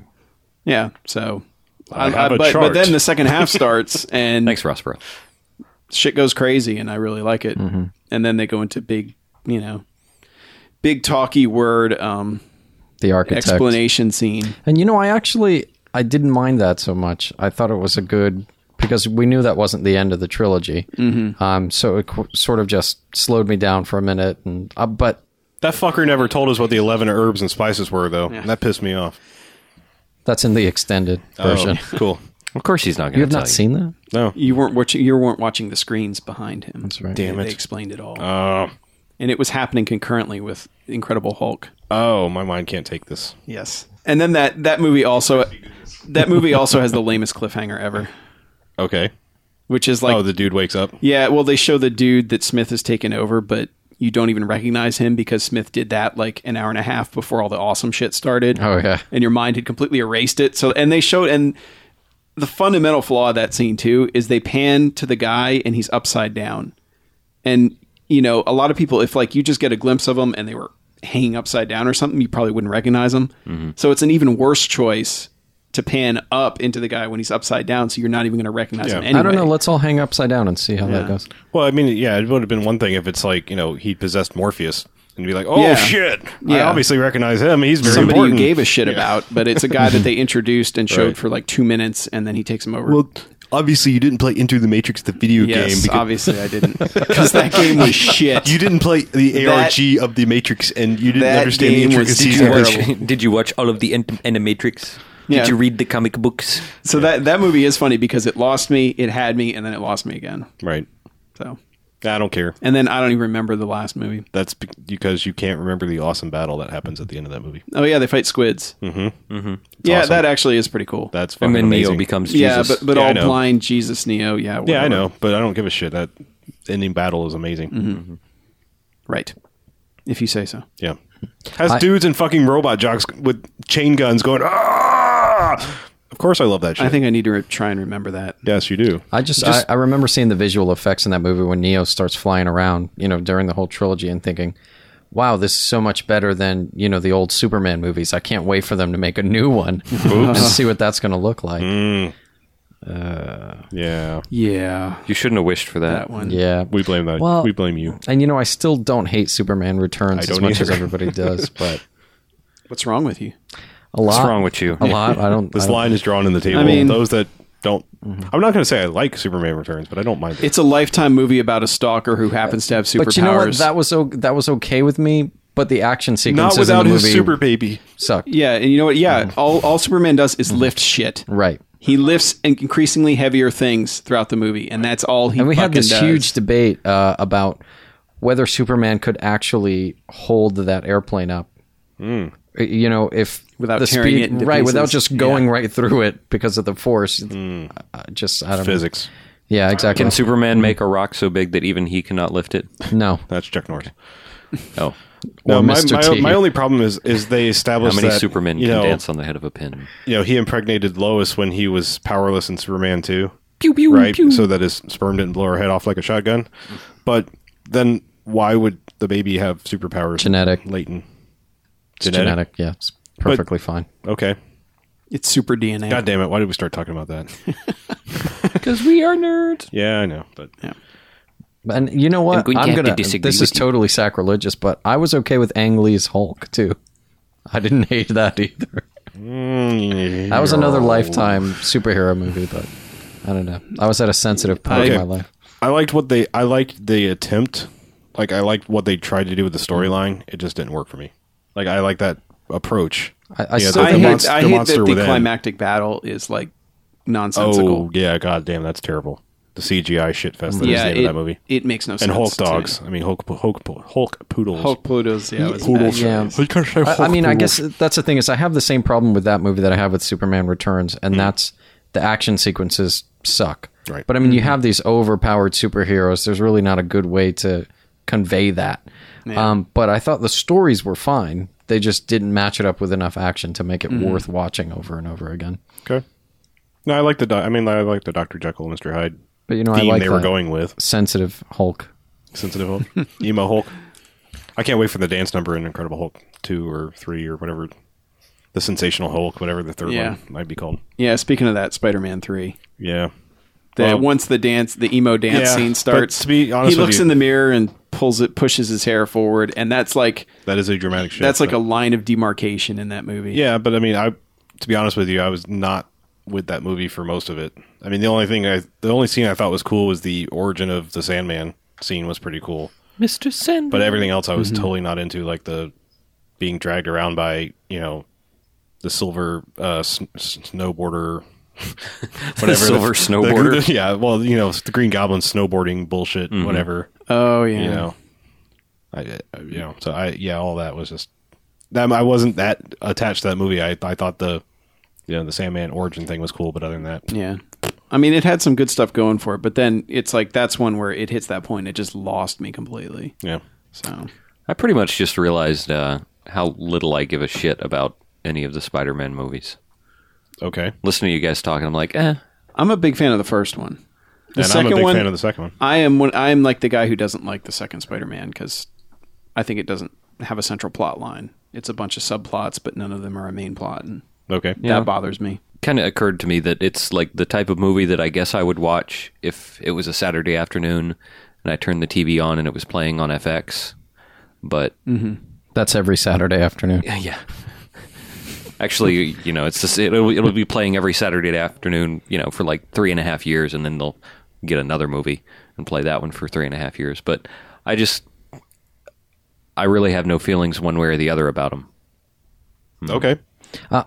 S4: Yeah, so I,
S3: have
S4: I-
S3: a
S4: but, but
S3: chart.
S4: then the second half starts and
S5: Thanks, Ross Perot.
S4: shit goes crazy and I really like it. And then they go into big, you know, big talky word um
S6: The architect.
S4: explanation scene.
S6: And you know, I actually I didn't mind that so much. I thought it was a good because we knew that wasn't the end of the trilogy. Mm-hmm. Um, so it qu- sort of just slowed me down for a minute. And uh, but
S3: That fucker never told us what the 11 herbs and spices were, though. And that pissed me off.
S6: that's in the extended version.
S3: Oh, cool.
S5: Of course he's not going to
S6: You have
S5: tell
S6: not seen that?
S3: No.
S4: You weren't watching you weren't watching the screens behind him. That's
S6: right.
S4: Damn they,
S3: it.
S4: They explained it all.
S3: Uh,
S4: and it was happening concurrently with Incredible Hulk.
S3: oh, my mind can't take this.
S4: Yes. And then that that movie also that movie also has the lamest cliffhanger ever,
S3: Okay.
S4: which is like
S3: oh, the dude wakes up.
S4: yeah, well they show the dude that Smith has taken over, but you don't even recognize him because Smith did that like an hour and a half before all the awesome shit started.
S6: Oh, yeah.
S4: And your mind had completely erased it. So and they showed and the fundamental flaw of that scene too is they pan to the guy and he's upside down. And you know, a lot of people if like you just get a glimpse of them and they were hanging upside down or something, you probably wouldn't recognize them.
S6: Mm-hmm.
S4: So it's an even worse choice to pan up into the guy when he's upside down so you're not even going to recognize
S3: Yeah.
S4: him anyway.
S6: I don't know. Let's all hang upside down and see how
S4: Yeah.
S6: that goes.
S3: Well, I mean, yeah, it would have been one thing if it's like, you know, he possessed Morpheus and be like, "Oh
S4: Yeah.
S3: shit! I
S4: Yeah.
S3: obviously recognize him. He's very
S4: Somebody
S3: important."
S4: you gave a shit about, but it's a guy that they introduced and showed
S3: Right.
S4: for like two minutes, and then he takes him over.
S3: well, obviously you didn't play Enter the Matrix, the video game,
S4: yes, obviously I didn't because that game was shit.
S3: you didn't play the
S4: That-
S3: ARG of the Matrix, and you didn't
S4: that
S3: understand the
S4: game was
S3: intricacies
S5: Did
S3: of
S5: you
S3: it.
S5: watch, did you watch all of the Ant- Animatrix?
S4: Yeah.
S5: Did you read the comic books?
S4: So that that movie is funny because it lost me, it had me, and then it lost me again.
S3: Right.
S4: So
S3: I don't care.
S4: and then I don't even remember the last movie.
S3: That's be- because you can't remember the awesome battle that happens at the end of that movie.
S4: Oh yeah, they fight squids. Mm-hmm. Yeah,
S3: awesome.
S4: that actually is pretty cool.
S3: That's fucking
S5: And then
S3: amazing.
S5: Neo becomes Jesus.
S4: yeah, but but
S3: Yeah, I
S4: all
S3: know.
S4: blind Jesus Neo. Yeah,
S3: yeah, I
S4: whatever. Mm-hmm.
S3: know, but I don't give a shit. That ending battle is amazing.
S4: Right, if you say so.
S3: Yeah, has
S6: I-
S3: dudes in fucking robot jocks with chain guns going. Ah! Of course, I love that shit.
S4: I think I need to re- try and remember that.
S3: yes, you do.
S6: I just, I, I remember seeing the visual effects in that movie when Neo starts flying around, you know, during the whole trilogy and thinking, wow, this is so much better than, you know, the old Superman movies. I can't wait for them to make a new one and see what that's going to look like.
S3: Yeah,
S4: Yeah,
S5: you shouldn't have wished for that.
S4: that one.
S6: Yeah.
S3: we blame that.
S6: Well-
S3: we blame you.
S6: And, you know, I still don't hate Superman Returns
S3: I
S6: as
S3: don't
S6: much as
S3: either.
S6: everybody does, but
S4: What's wrong with you?
S6: a lot.
S5: What's wrong with you?
S6: A lot. I don't. I mm-hmm.
S3: This
S6: don't-
S3: line is drawn in the table.
S4: I mean-
S3: Those that don't. I'm not going to say I like Superman Returns, but I don't mind it.
S4: It's a lifetime movie about a stalker who happens to have superpowers.
S6: But you know what? That was o- that was okay with me, but the action sequences
S3: Not without
S6: in the
S3: his
S6: movie
S3: super baby.
S6: sucked.
S4: yeah, and you know what? Yeah, all all Superman does is lift shit.
S6: Mm-hmm. Right.
S4: He lifts in- increasingly heavier things throughout the movie, and that's all he.
S6: And we had
S4: fucking
S6: this
S4: does.
S6: huge debate uh, about whether Superman could actually hold that airplane up. Uh, You know, if
S4: Hmm. Without
S6: the
S4: tearing
S6: speed,
S4: it into
S6: right, without
S4: pieces.
S6: just going
S4: Yeah. Hmm.
S6: right through it because of the force. Uh, just I don't
S3: Physics.
S6: Know. Yeah, exactly.
S5: Can
S3: hmm.
S5: Superman make a rock so big that even he cannot lift it?
S6: no,
S3: That's Chuck Norris.
S5: Oh.
S3: No,
S6: Or
S3: my,
S6: Mr.
S3: my,
S6: T.
S3: my only problem is is they
S5: How
S3: established
S5: many
S3: that,
S5: Supermen
S3: you
S5: can
S3: know,
S5: dance on the head of a pin?
S3: you know, he impregnated Lois when he was powerless in Superman 2. right? So that his sperm didn't blow her head off like a shotgun. But then why would the baby have superpowers?
S6: Genetic.
S3: Latent.
S6: it's genetic. Yeah, it's perfectly fine.
S3: Okay.
S4: It's super DNA.
S3: God damn it. Why did we start talking about that?
S5: Because we are nerds.
S3: yeah, I know. But
S6: And you know what?
S5: I'm going to have to disagree
S6: This
S5: with
S6: is
S5: you.
S6: totally sacrilegious, but I was okay with Ang Lee's Hulk too. I didn't hate that either. That was another
S3: Mm.
S6: lifetime superhero movie, but I don't know. I was at a sensitive point
S3: Okay.
S6: in my life.
S3: I liked what they I liked the attempt. Like I liked what they tried to do with the storyline. It just didn't work for me. Like I like that approach.
S6: I- I
S3: Yeah,
S6: still
S3: the
S4: I hate,
S3: monst-
S4: I
S3: the
S4: hate
S3: monster
S4: that the
S3: within.
S4: climactic battle is like
S3: Oh
S4: nonsensical.
S3: yeah, Oh, god damn, that's terrible. The CGI shit fest that is
S4: yeah,
S3: the name
S4: it,
S3: of that movie.
S4: it makes no sense.
S3: and Hulk
S4: to-
S3: dogs. I mean Hulk Hulk Hulk poodles.
S4: Hulk Pluto's yeah, it was bad.
S6: Yeah. I, I mean, I guess that's the thing is I have the same problem with that movie that I have with Superman Returns, and that's the action sequences suck.
S3: Mm. Right. Mm-hmm.
S6: But I mean, you have these overpowered superheroes. There's really not a good way to convey that. Um, but I thought the stories were fine. They just didn't match it up with enough action to make it
S3: Mm-hmm.
S6: worth watching over and over again.
S3: Okay. No, I like the. doc- I mean, I like the Doctor Jekyll, Mister Hyde
S6: But you know, I
S3: theme
S6: like
S3: they were
S6: that
S3: going with.
S6: sensitive Hulk.
S3: Sensitive Hulk, emo Hulk. I can't wait for the dance number in Incredible Hulk two or three or whatever. The Sensational Hulk, whatever the third
S4: Yeah.
S3: one might be called.
S4: Yeah, speaking of that, Spider-Man three.
S3: Yeah.
S4: That
S3: Well-
S4: once the dance, the emo dance
S3: Yeah,
S4: scene
S3: but
S4: starts.
S3: to be honest
S4: he
S3: with
S4: looks
S3: you-
S4: in the mirror and pulls it, pushes his hair forward, and that's like
S3: That is a dramatic shift.
S4: that's like
S3: but-
S4: a line of demarcation in that movie.
S3: Yeah, but I mean, I to be honest with you, I was not with that movie for most of it. I mean, the only thing I, the only scene I thought was cool was the origin of the Sandman scene was pretty cool.
S5: Mr. Sandman.
S3: but everything else I was totally not into, like the being dragged around by you know the silver uh, s- s- snowboarder, whatever the-
S5: silver
S3: the-
S5: snowboarder?
S3: the- yeah, well, you know the Green Goblin snowboarding bullshit, whatever.
S4: Oh yeah.
S3: You know, I, I- you know, so I yeah, all that was just that I wasn't that attached to that movie. I I thought the you know the Sandman origin thing was cool, but other than that,
S4: Yeah. I mean, it had some good stuff going for it, but then it's like that's one where it hits that point. It just lost me completely.
S3: yeah.
S4: So
S5: I pretty much just realized uh, how little I give a shit about any of the Spider Man movies.
S3: Okay,
S5: Listen to you guys talking, I'm like, eh.
S4: I'm a big fan of the first one. The
S3: and I'm a big fan of the second one.
S4: I am one, I am like the guy who doesn't like the second Spider-Man because I think it doesn't have a central plot line. It's a bunch of subplots, but none of them are a main plot, and
S3: Okay,
S5: Yeah.
S4: that bothers me.
S5: Kind of occurred to me that it's like the type of movie that I guess I would watch if it was a Saturday afternoon and I turned the TV on and it was playing on FX. But
S6: That's every Saturday afternoon.
S5: Uh, yeah. Actually, you know, it's this, it'll, it'll be playing every Saturday afternoon, you know, for like three and a half years, and then they'll get another movie and play that one for three and a half years. But I just, I really have no feelings one way or the other about them.
S3: Mm-hmm. Okay.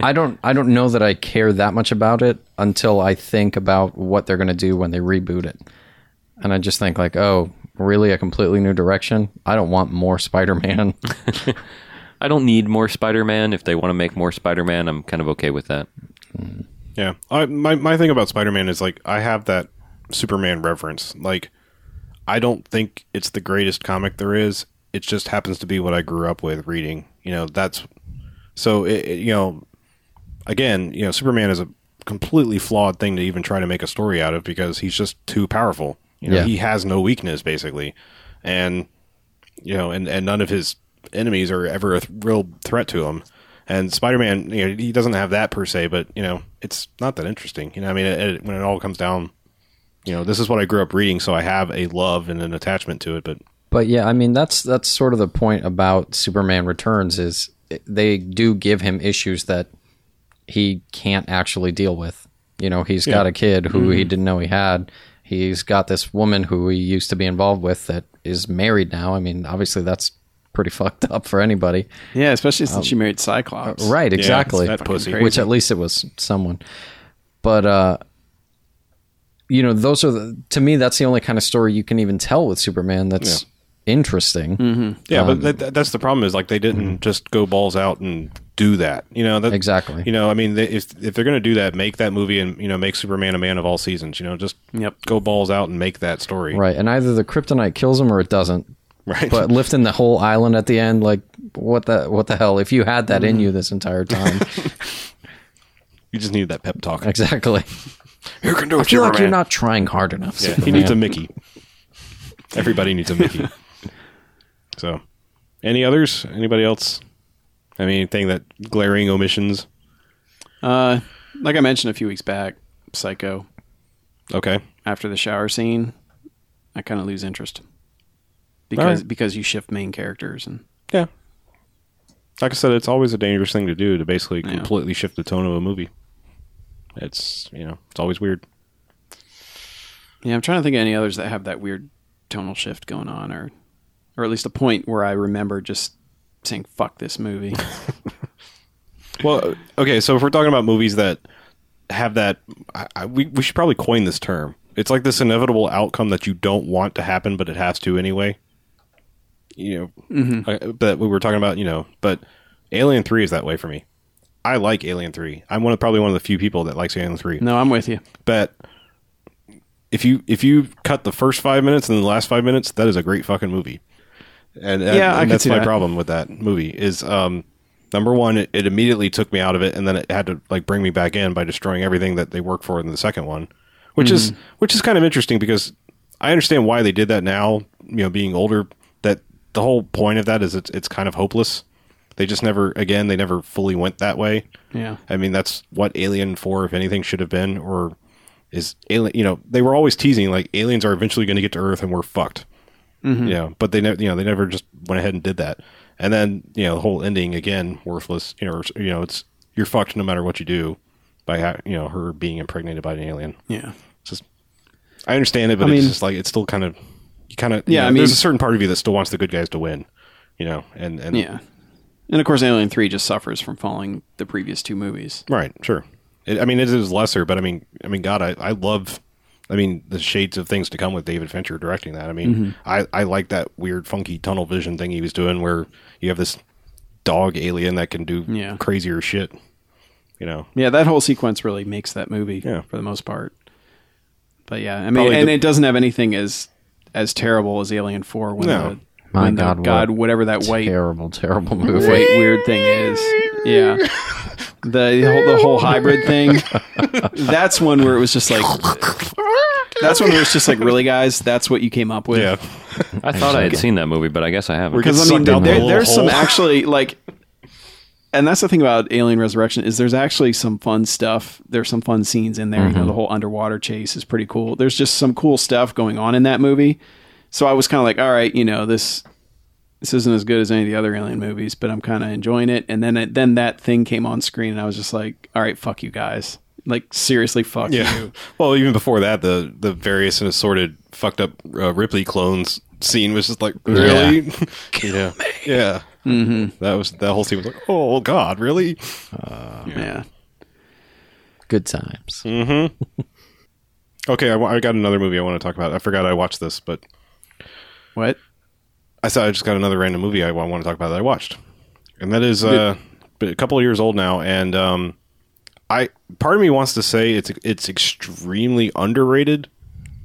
S6: I don't I don't know that I care that much about it until I think about what they're going to do when they reboot it. And I just think like, "Oh, really a completely new direction? I don't want more Spider-Man."
S5: I don't need more Spider-Man. If they want to make more Spider-Man, I'm kind of okay with that.
S3: Yeah. I, my my thing about Spider Man is like I have that Superman reference. Like I don't think it's the greatest comic there is. It just happens to be what I grew up with reading. You know, that's so it, it- you know again, you know, Superman is a completely flawed thing to even try to make a story out of because he's just too powerful. You know,
S6: Yeah.
S3: he has no weakness basically. And you know, and, and none of his enemies are ever a th- real threat to him. And Spider Man, you know, he doesn't have that per se, but you know, it's not that interesting. You know, I mean, it, it, when it all comes down, you know, this is what I grew up reading, so I have a love and an attachment to it. But
S6: But yeah, I mean that's that's sort of the point about Superman Returns is it- they do give him issues that he can't actually deal with. You know, he's got a kid who he didn't know he had. He's got this woman who he used to be involved with that is married now. I mean, obviously that's pretty fucked up for anybody.
S4: Yeah, especially since she married Cyclops.
S6: uh, Right, exactly.
S3: that pussy.
S6: Which at least it was someone. But uh you know, those are the, to me that's the only kind of story you can even tell with Superman that's interesting.
S3: yeah,
S6: Um,
S3: but that- that, that's the problem is like they didn't
S6: Mm-hmm.
S3: just go balls out and do that. You know, that,
S6: Exactly.
S3: You know, I mean, they, if if they're gonna do that, make that movie and you know, make Superman a man of all seasons. You know, just
S4: Yep.
S3: go balls out and make that story.
S6: Right. And either the kryptonite kills him or it doesn't.
S3: Right.
S6: But lifting the whole island at the end, like what the what the hell? If you had that in you this entire time,
S3: You just need that pep talk.
S6: exactly.
S8: You can do it,
S6: I feel like you're
S8: Superman.
S6: not trying hard enough.
S3: Yeah, he
S6: Superman.
S3: needs a Mickey. Everybody needs a Mickey. so, any others? Anybody else? I mean, anything that glaring omissions?
S4: Uh, like I mentioned a few weeks back, Psycho.
S3: Okay,
S4: After the shower scene, I kind of lose interest because
S3: right.
S4: because you shift main characters and
S3: yeah. Like I said, it's always a dangerous thing to do to basically completely shift the tone of a movie. It's you know, it's always weird.
S4: yeah, I'm trying to think of any others that have that weird tonal shift going on or or at least a point where I remember just saying fuck this movie.
S3: Well, okay, so if we're talking about movies that have that, I, I, we we should probably coin this term. It's like this inevitable outcome that you don't want to happen, but it has to anyway. You know, I- but we were talking about, you know, but Alien Three is that way for me. I like Alien Three. I'm one of probably one of the few people that likes Alien Three.
S4: no, I'm with you.
S3: But if you if you cut the first five minutes and the last five minutes, that is a great fucking movie. And, and-
S4: Yeah, I
S3: and
S4: could
S3: that's
S4: see
S3: my
S4: that.
S3: problem with that movie is um, number one, it, it immediately took me out of it, and then it had to like bring me back in by destroying everything that they worked for in the second one, which is
S4: Mm-hmm.
S3: which is kind of interesting because I understand why they did that now. You know, being older, that the whole point of that is it's it's kind of hopeless. They just never again they never fully went that way.
S4: Yeah.
S3: I mean, that's what Alien 4, if anything, should have been, or is Alien, you know, they were always teasing like aliens are eventually going to get to Earth and we're fucked.
S4: Mm-hmm.
S3: You know, but they never, you know, they never just went ahead and did that. And then, you know, the whole ending again, worthless, you know, or, you know, it's, you're fucked no matter what you do by, ha- you know, her being impregnated by an alien.
S4: Yeah.
S3: It's just, I understand it, but
S4: I
S3: it's
S4: mean-
S3: just like, it's still kind of, you kind of,
S4: Yeah,
S3: I
S4: I
S3: mean, there's
S4: mean-
S3: a certain part of you that still wants the good guys to win, you know, and, and,
S4: Yeah. And of course Alien 3 just suffers from following the previous two movies.
S3: Right, sure. It, I mean, it is lesser, but I mean, I mean, God, I, I love, I mean, the shades of things to come with David Fincher directing that. I mean, I, I like that weird, funky tunnel vision thing he was doing where you have this dog alien that can do
S4: Yeah.
S3: crazier shit. You know,
S4: Yeah, that whole sequence really makes that movie
S3: Yeah.
S4: for the most part. But yeah, I mean,
S3: Probably
S4: and
S3: the-
S4: it doesn't have anything as as terrible as Alien Four when
S3: No.
S4: the
S6: My
S4: when the
S6: God, what
S4: God, whatever that white
S6: terrible, terrible movie.
S4: white weird thing is. Yeah, the whole, the whole hybrid thing. That's one where it was just like. That's one where it's just like, really, guys. That's what you came up with.
S3: yeah,
S5: I thought I had seen that movie, but I guess I haven't.
S4: Because
S3: Gets
S4: I mean,
S3: sucked down
S4: there,
S3: the
S4: there's
S3: little
S4: some
S3: hole.
S4: actually like, and that's the thing about Alien Resurrection is there's actually some fun stuff. There's some fun scenes in there. You know, the whole underwater chase is pretty cool. There's just some cool stuff going on in that movie. So I was kind of like, all right, you know, this this isn't as good as any of the other Alien movies, but I'm kind of enjoying it. And then it, then that thing came on screen, and I was just like, all right, fuck you guys. Like seriously, fuck you.
S3: Well, even before that, the the various and assorted fucked up uh, Ripley clones scene was just like really, yeah, yeah. Mm-hmm. That was that whole scene was like, oh god, really?
S4: Yeah.
S6: Good times.
S8: Mm-hmm.
S3: Okay, I, wa- I got another movie I want to talk about. I forgot I watched this, but
S4: What?
S3: I saw I just got another random movie I, want to talk about that I watched, and that is uh, but a couple of years old now. And um, I part of me wants to say it's it's extremely underrated,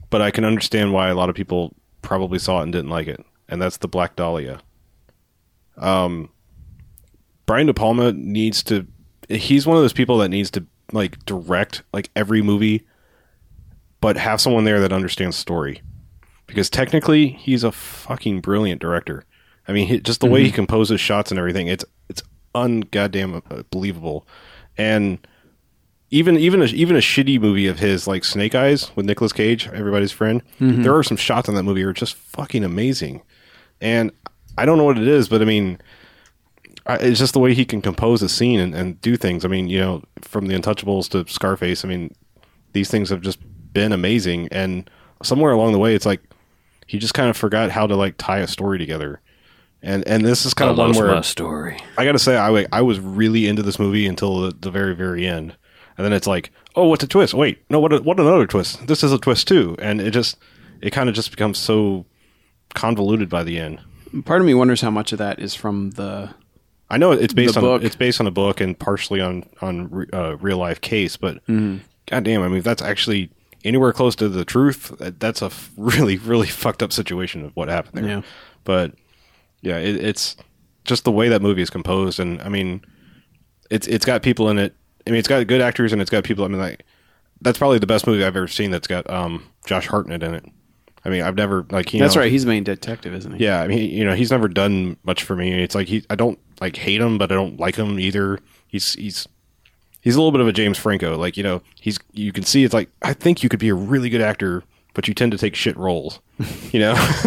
S3: but I can understand why a lot of people probably saw it and didn't like it. And that's the Black Dahlia. Um, Brian De Palma needs to. He's one of those people that needs to like direct like every movie, but have someone there that understands story because technically he's a fucking brilliant director. I mean, he, just the way he composes shots and everything, it's it's ungoddamn uh, believable. And even even a, even a shitty movie of his like Snake Eyes with Nicolas Cage, everybody's friend, there are some shots in that movie that are just fucking amazing. And I don't know what it is, but I mean, I, it's just the way he can compose a scene and, and do things. I mean, you know, from The Untouchables to Scarface, I mean, these things have just been amazing. And somewhere along the way, it's like he just kind of forgot how to like tie a story together. And and this is
S5: Oh,
S3: kind of one where
S5: story.
S3: I gotta say, I wa- I was really into this movie until the, the very very end, and then it's like, oh, what's a twist? Wait, no, what? A, what another twist? This is a twist too, and it just it kind of just becomes so convoluted by the end.
S4: Part of me wonders how much of that is from the
S3: I know it's based
S4: The
S3: on
S4: book.
S3: it's based on a book and partially on on re- uh, real life case, but
S4: Mm-hmm.
S3: goddamn, I mean, if that's actually anywhere close to the truth, that- that's a f- really really fucked up situation of what happened there.
S4: Yeah.
S3: But yeah, it, it's just the way that movie is composed, and I mean, it's it's got people in it. I mean, it's got good actors and it's got people. I mean, like that's probably the best movie I've ever seen that's got um, Josh Hartnett in it. I mean, I've never like you
S4: That's
S3: know,
S4: right, he's the main detective, isn't he?
S3: yeah, I mean, you know, he's never done much for me. It's like he, I don't like hate him, but I don't like him either. He's he's he's a little bit of a James Franco. Like you know, he's you can see it's like I think you could be a really good actor, but you tend to take shit roles, you know.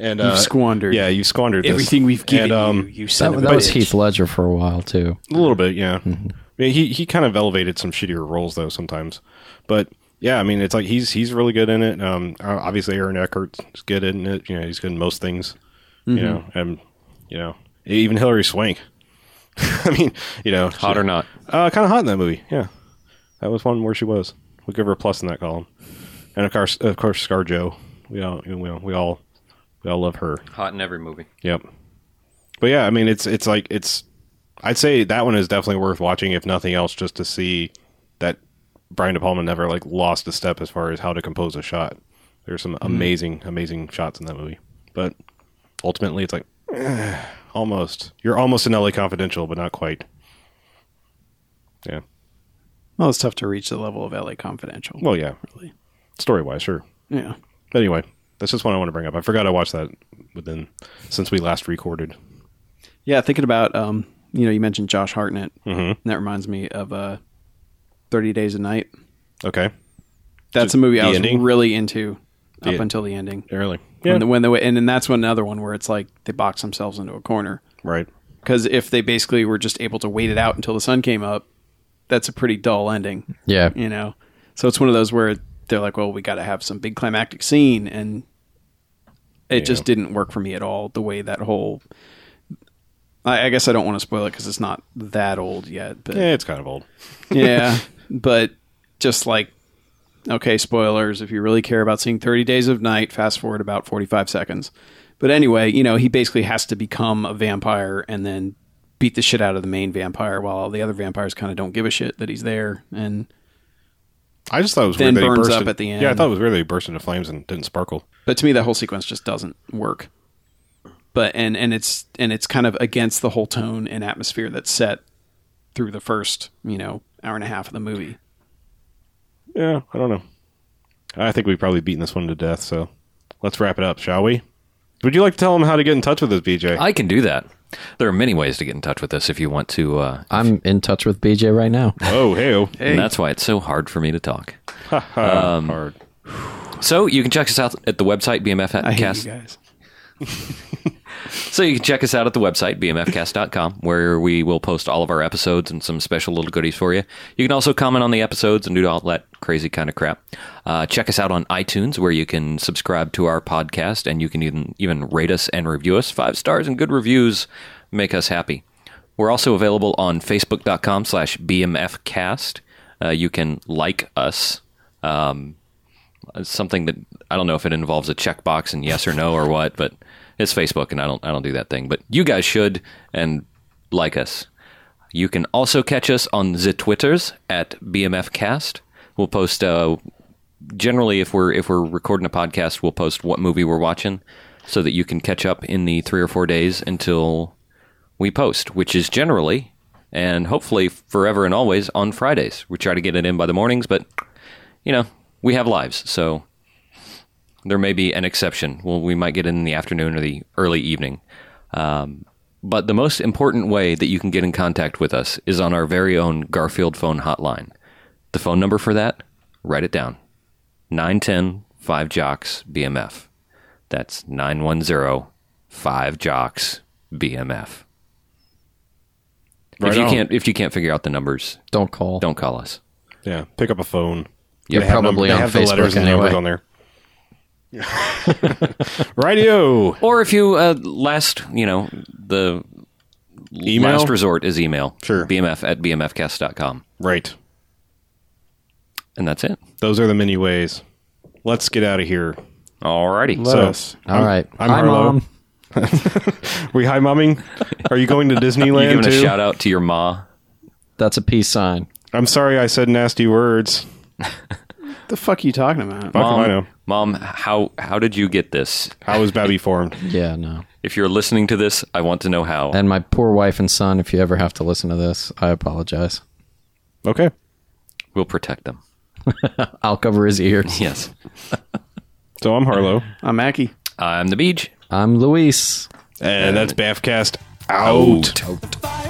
S3: and uh,
S4: squandered
S3: yeah, you squandered this.
S4: everything we've
S3: And,
S4: given
S3: um,
S4: you. You
S6: That,
S4: son of a
S6: that was
S4: bitch.
S6: Heath Ledger for a while too.
S3: a little bit, yeah.
S5: Mm-hmm.
S3: I mean, he he kind of elevated some shittier roles though sometimes, but yeah, I mean, it's like he's he's really good in it. Um, o- obviously Aaron Eckert's good in it. You know, he's good in most things.
S5: Mm-hmm.
S3: You know, and you know, e, even Hillary Swank. I mean, you know,
S5: Hot or not?
S3: uh, kind of hot in that movie. Yeah, that was one where she was. We'll give her a plus in that column, and of course, of course, ScarJo. We all you know, we all we all love her.
S5: Hot in every movie.
S3: Yep. But yeah, I mean, it's it's like it's. I'd say that one is definitely worth watching, if nothing else, just to see that Brian De Palma never like lost a step as far as how to compose a shot. There's some
S4: Hmm.
S3: amazing, amazing shots in that movie, but ultimately, it's like eh, almost you're almost in LA Confidential, but not quite. Yeah.
S4: Well, it's tough to reach the level of LA Confidential.
S3: Well, yeah. Really. Story wise, sure.
S4: yeah.
S3: But anyway, that's just one I want to bring up. I forgot I watched that within since we last recorded.
S4: Yeah, thinking about um, you know, you mentioned Josh Hartnett.
S3: Mm-hmm.
S4: And that reminds me of uh, Thirty Days a Night.
S3: Okay.
S4: That's a movie
S3: the
S4: I was
S3: ending?
S4: really into up
S3: The-
S4: until the ending.
S3: Early.
S4: When the, when the and then that's one another one where it's like they box themselves into a corner
S3: Right.
S4: because if they basically were just able to wait it out until the sun came up, that's a pretty dull ending.
S6: Yeah.
S4: you know. So it's one of those where they're like, well, we got to have some big climactic scene, and it just didn't work for me at all. The way that whole, I, I guess I don't want to spoil it because it's not that old yet, but
S3: Yeah, Eh, it's kind of old.
S4: yeah, but just like, okay, spoilers. If you really care about seeing 30 Days of Night, fast forward about 45 seconds. But anyway, you know, he basically has to become a vampire and then beat the shit out of the main vampire while all the other vampires kind of don't give a shit that he's there. And
S3: I just thought it was
S4: Then
S3: weird that he
S4: burns
S3: burst
S4: up
S3: in-
S4: at the
S3: Yeah, I
S4: end.
S3: thought it was weird that he burst into flames and didn't sparkle.
S4: but to me that whole sequence just doesn't work but and and it's and it's kind of against the whole tone and atmosphere that's set through the first you know hour and a half of the movie
S3: Yeah, I don't know. I think we've probably beaten this one to death, so let's wrap it up, shall we? Would you like to tell them how to get in touch with us, BJ?
S5: I can do that. There are many ways to get in touch with us if you want to. Uh,
S6: I'm in touch with BJ right now.
S3: oh, hey,
S5: And that's why it's so hard for me to talk.
S3: um, hard.
S5: So you can check us out at the website
S4: i hate
S5: bmfcast.
S4: you guys
S5: So you can check us out at the website, bmfcast.com, where we will post all of our episodes and some special little goodies for you. You can also comment on the episodes and do all that crazy kind of crap. Uh, check us out on iTunes, where you can subscribe to our podcast and you can even, even rate us and review us. Five stars and good reviews make us happy. We're also available on facebook.com slash bmfcast. Uh, you can like us. Um, it's something that I don't know if it involves a checkbox and yes or no or what, but it's Facebook and I don't I don't do that thing. But you guys should and like us. You can also catch us on the Twitters at BMFcast. We'll post uh, generally if we're if we're recording a podcast, we'll post what movie we're watching so that you can catch up in the three or four days until we post, which is generally and hopefully forever and always on Fridays. We try to get it in by the mornings, but you know, we have lives, so there may be an exception. Well, we might get in, in the afternoon or the early evening. Um, but the most important way that you can get in contact with us is on our very own Garfield phone hotline. The phone number for that, write it down 910 5 Jocks BMF. That's 910 5 Jocks BMF.
S3: Right
S5: if you
S3: on.
S5: can't if you can't figure out the numbers,
S6: Don't call.
S5: don't call us.
S3: Yeah, pick up a phone.
S6: You're
S3: They have
S6: probably
S3: they
S6: on
S3: have the
S6: Facebook
S3: letters and
S6: anyway.
S3: numbers on there. Radio.
S5: Or if you uh, last, you know, the
S3: Email?
S5: last resort is email.
S3: Sure.
S5: BMF at bmfcast.com.
S3: Right.
S5: And that's it.
S3: Those are the many ways. Let's get out of here.
S5: Alrighty.
S4: Let
S3: So-
S4: us.
S6: All right.
S3: I'm
S6: Hi,
S3: Harlow.
S6: Mom.
S3: Were you hi momming? Are you going to
S5: you
S3: Disneyland
S5: giving a
S3: too?
S5: shout out to your ma.
S6: That's a peace sign.
S3: I'm sorry I said nasty words.
S4: What the fuck are you talking about?
S3: Fuck if I
S5: Mom,
S3: know.
S5: Mom, how how did you get this?
S3: How was Babby formed?
S6: Yeah, no.
S5: If you're listening to this, I want to know how.
S6: And my poor wife and son, if you ever have to listen to this, I apologize.
S3: Okay.
S5: we'll protect them.
S6: I'll cover his ears.
S5: Yes.
S3: So I'm Harlow.
S4: I'm Mackie.
S5: I'm the beach.
S6: I'm Luis.
S3: And that's Baffcast out.
S6: Out.
S7: Fire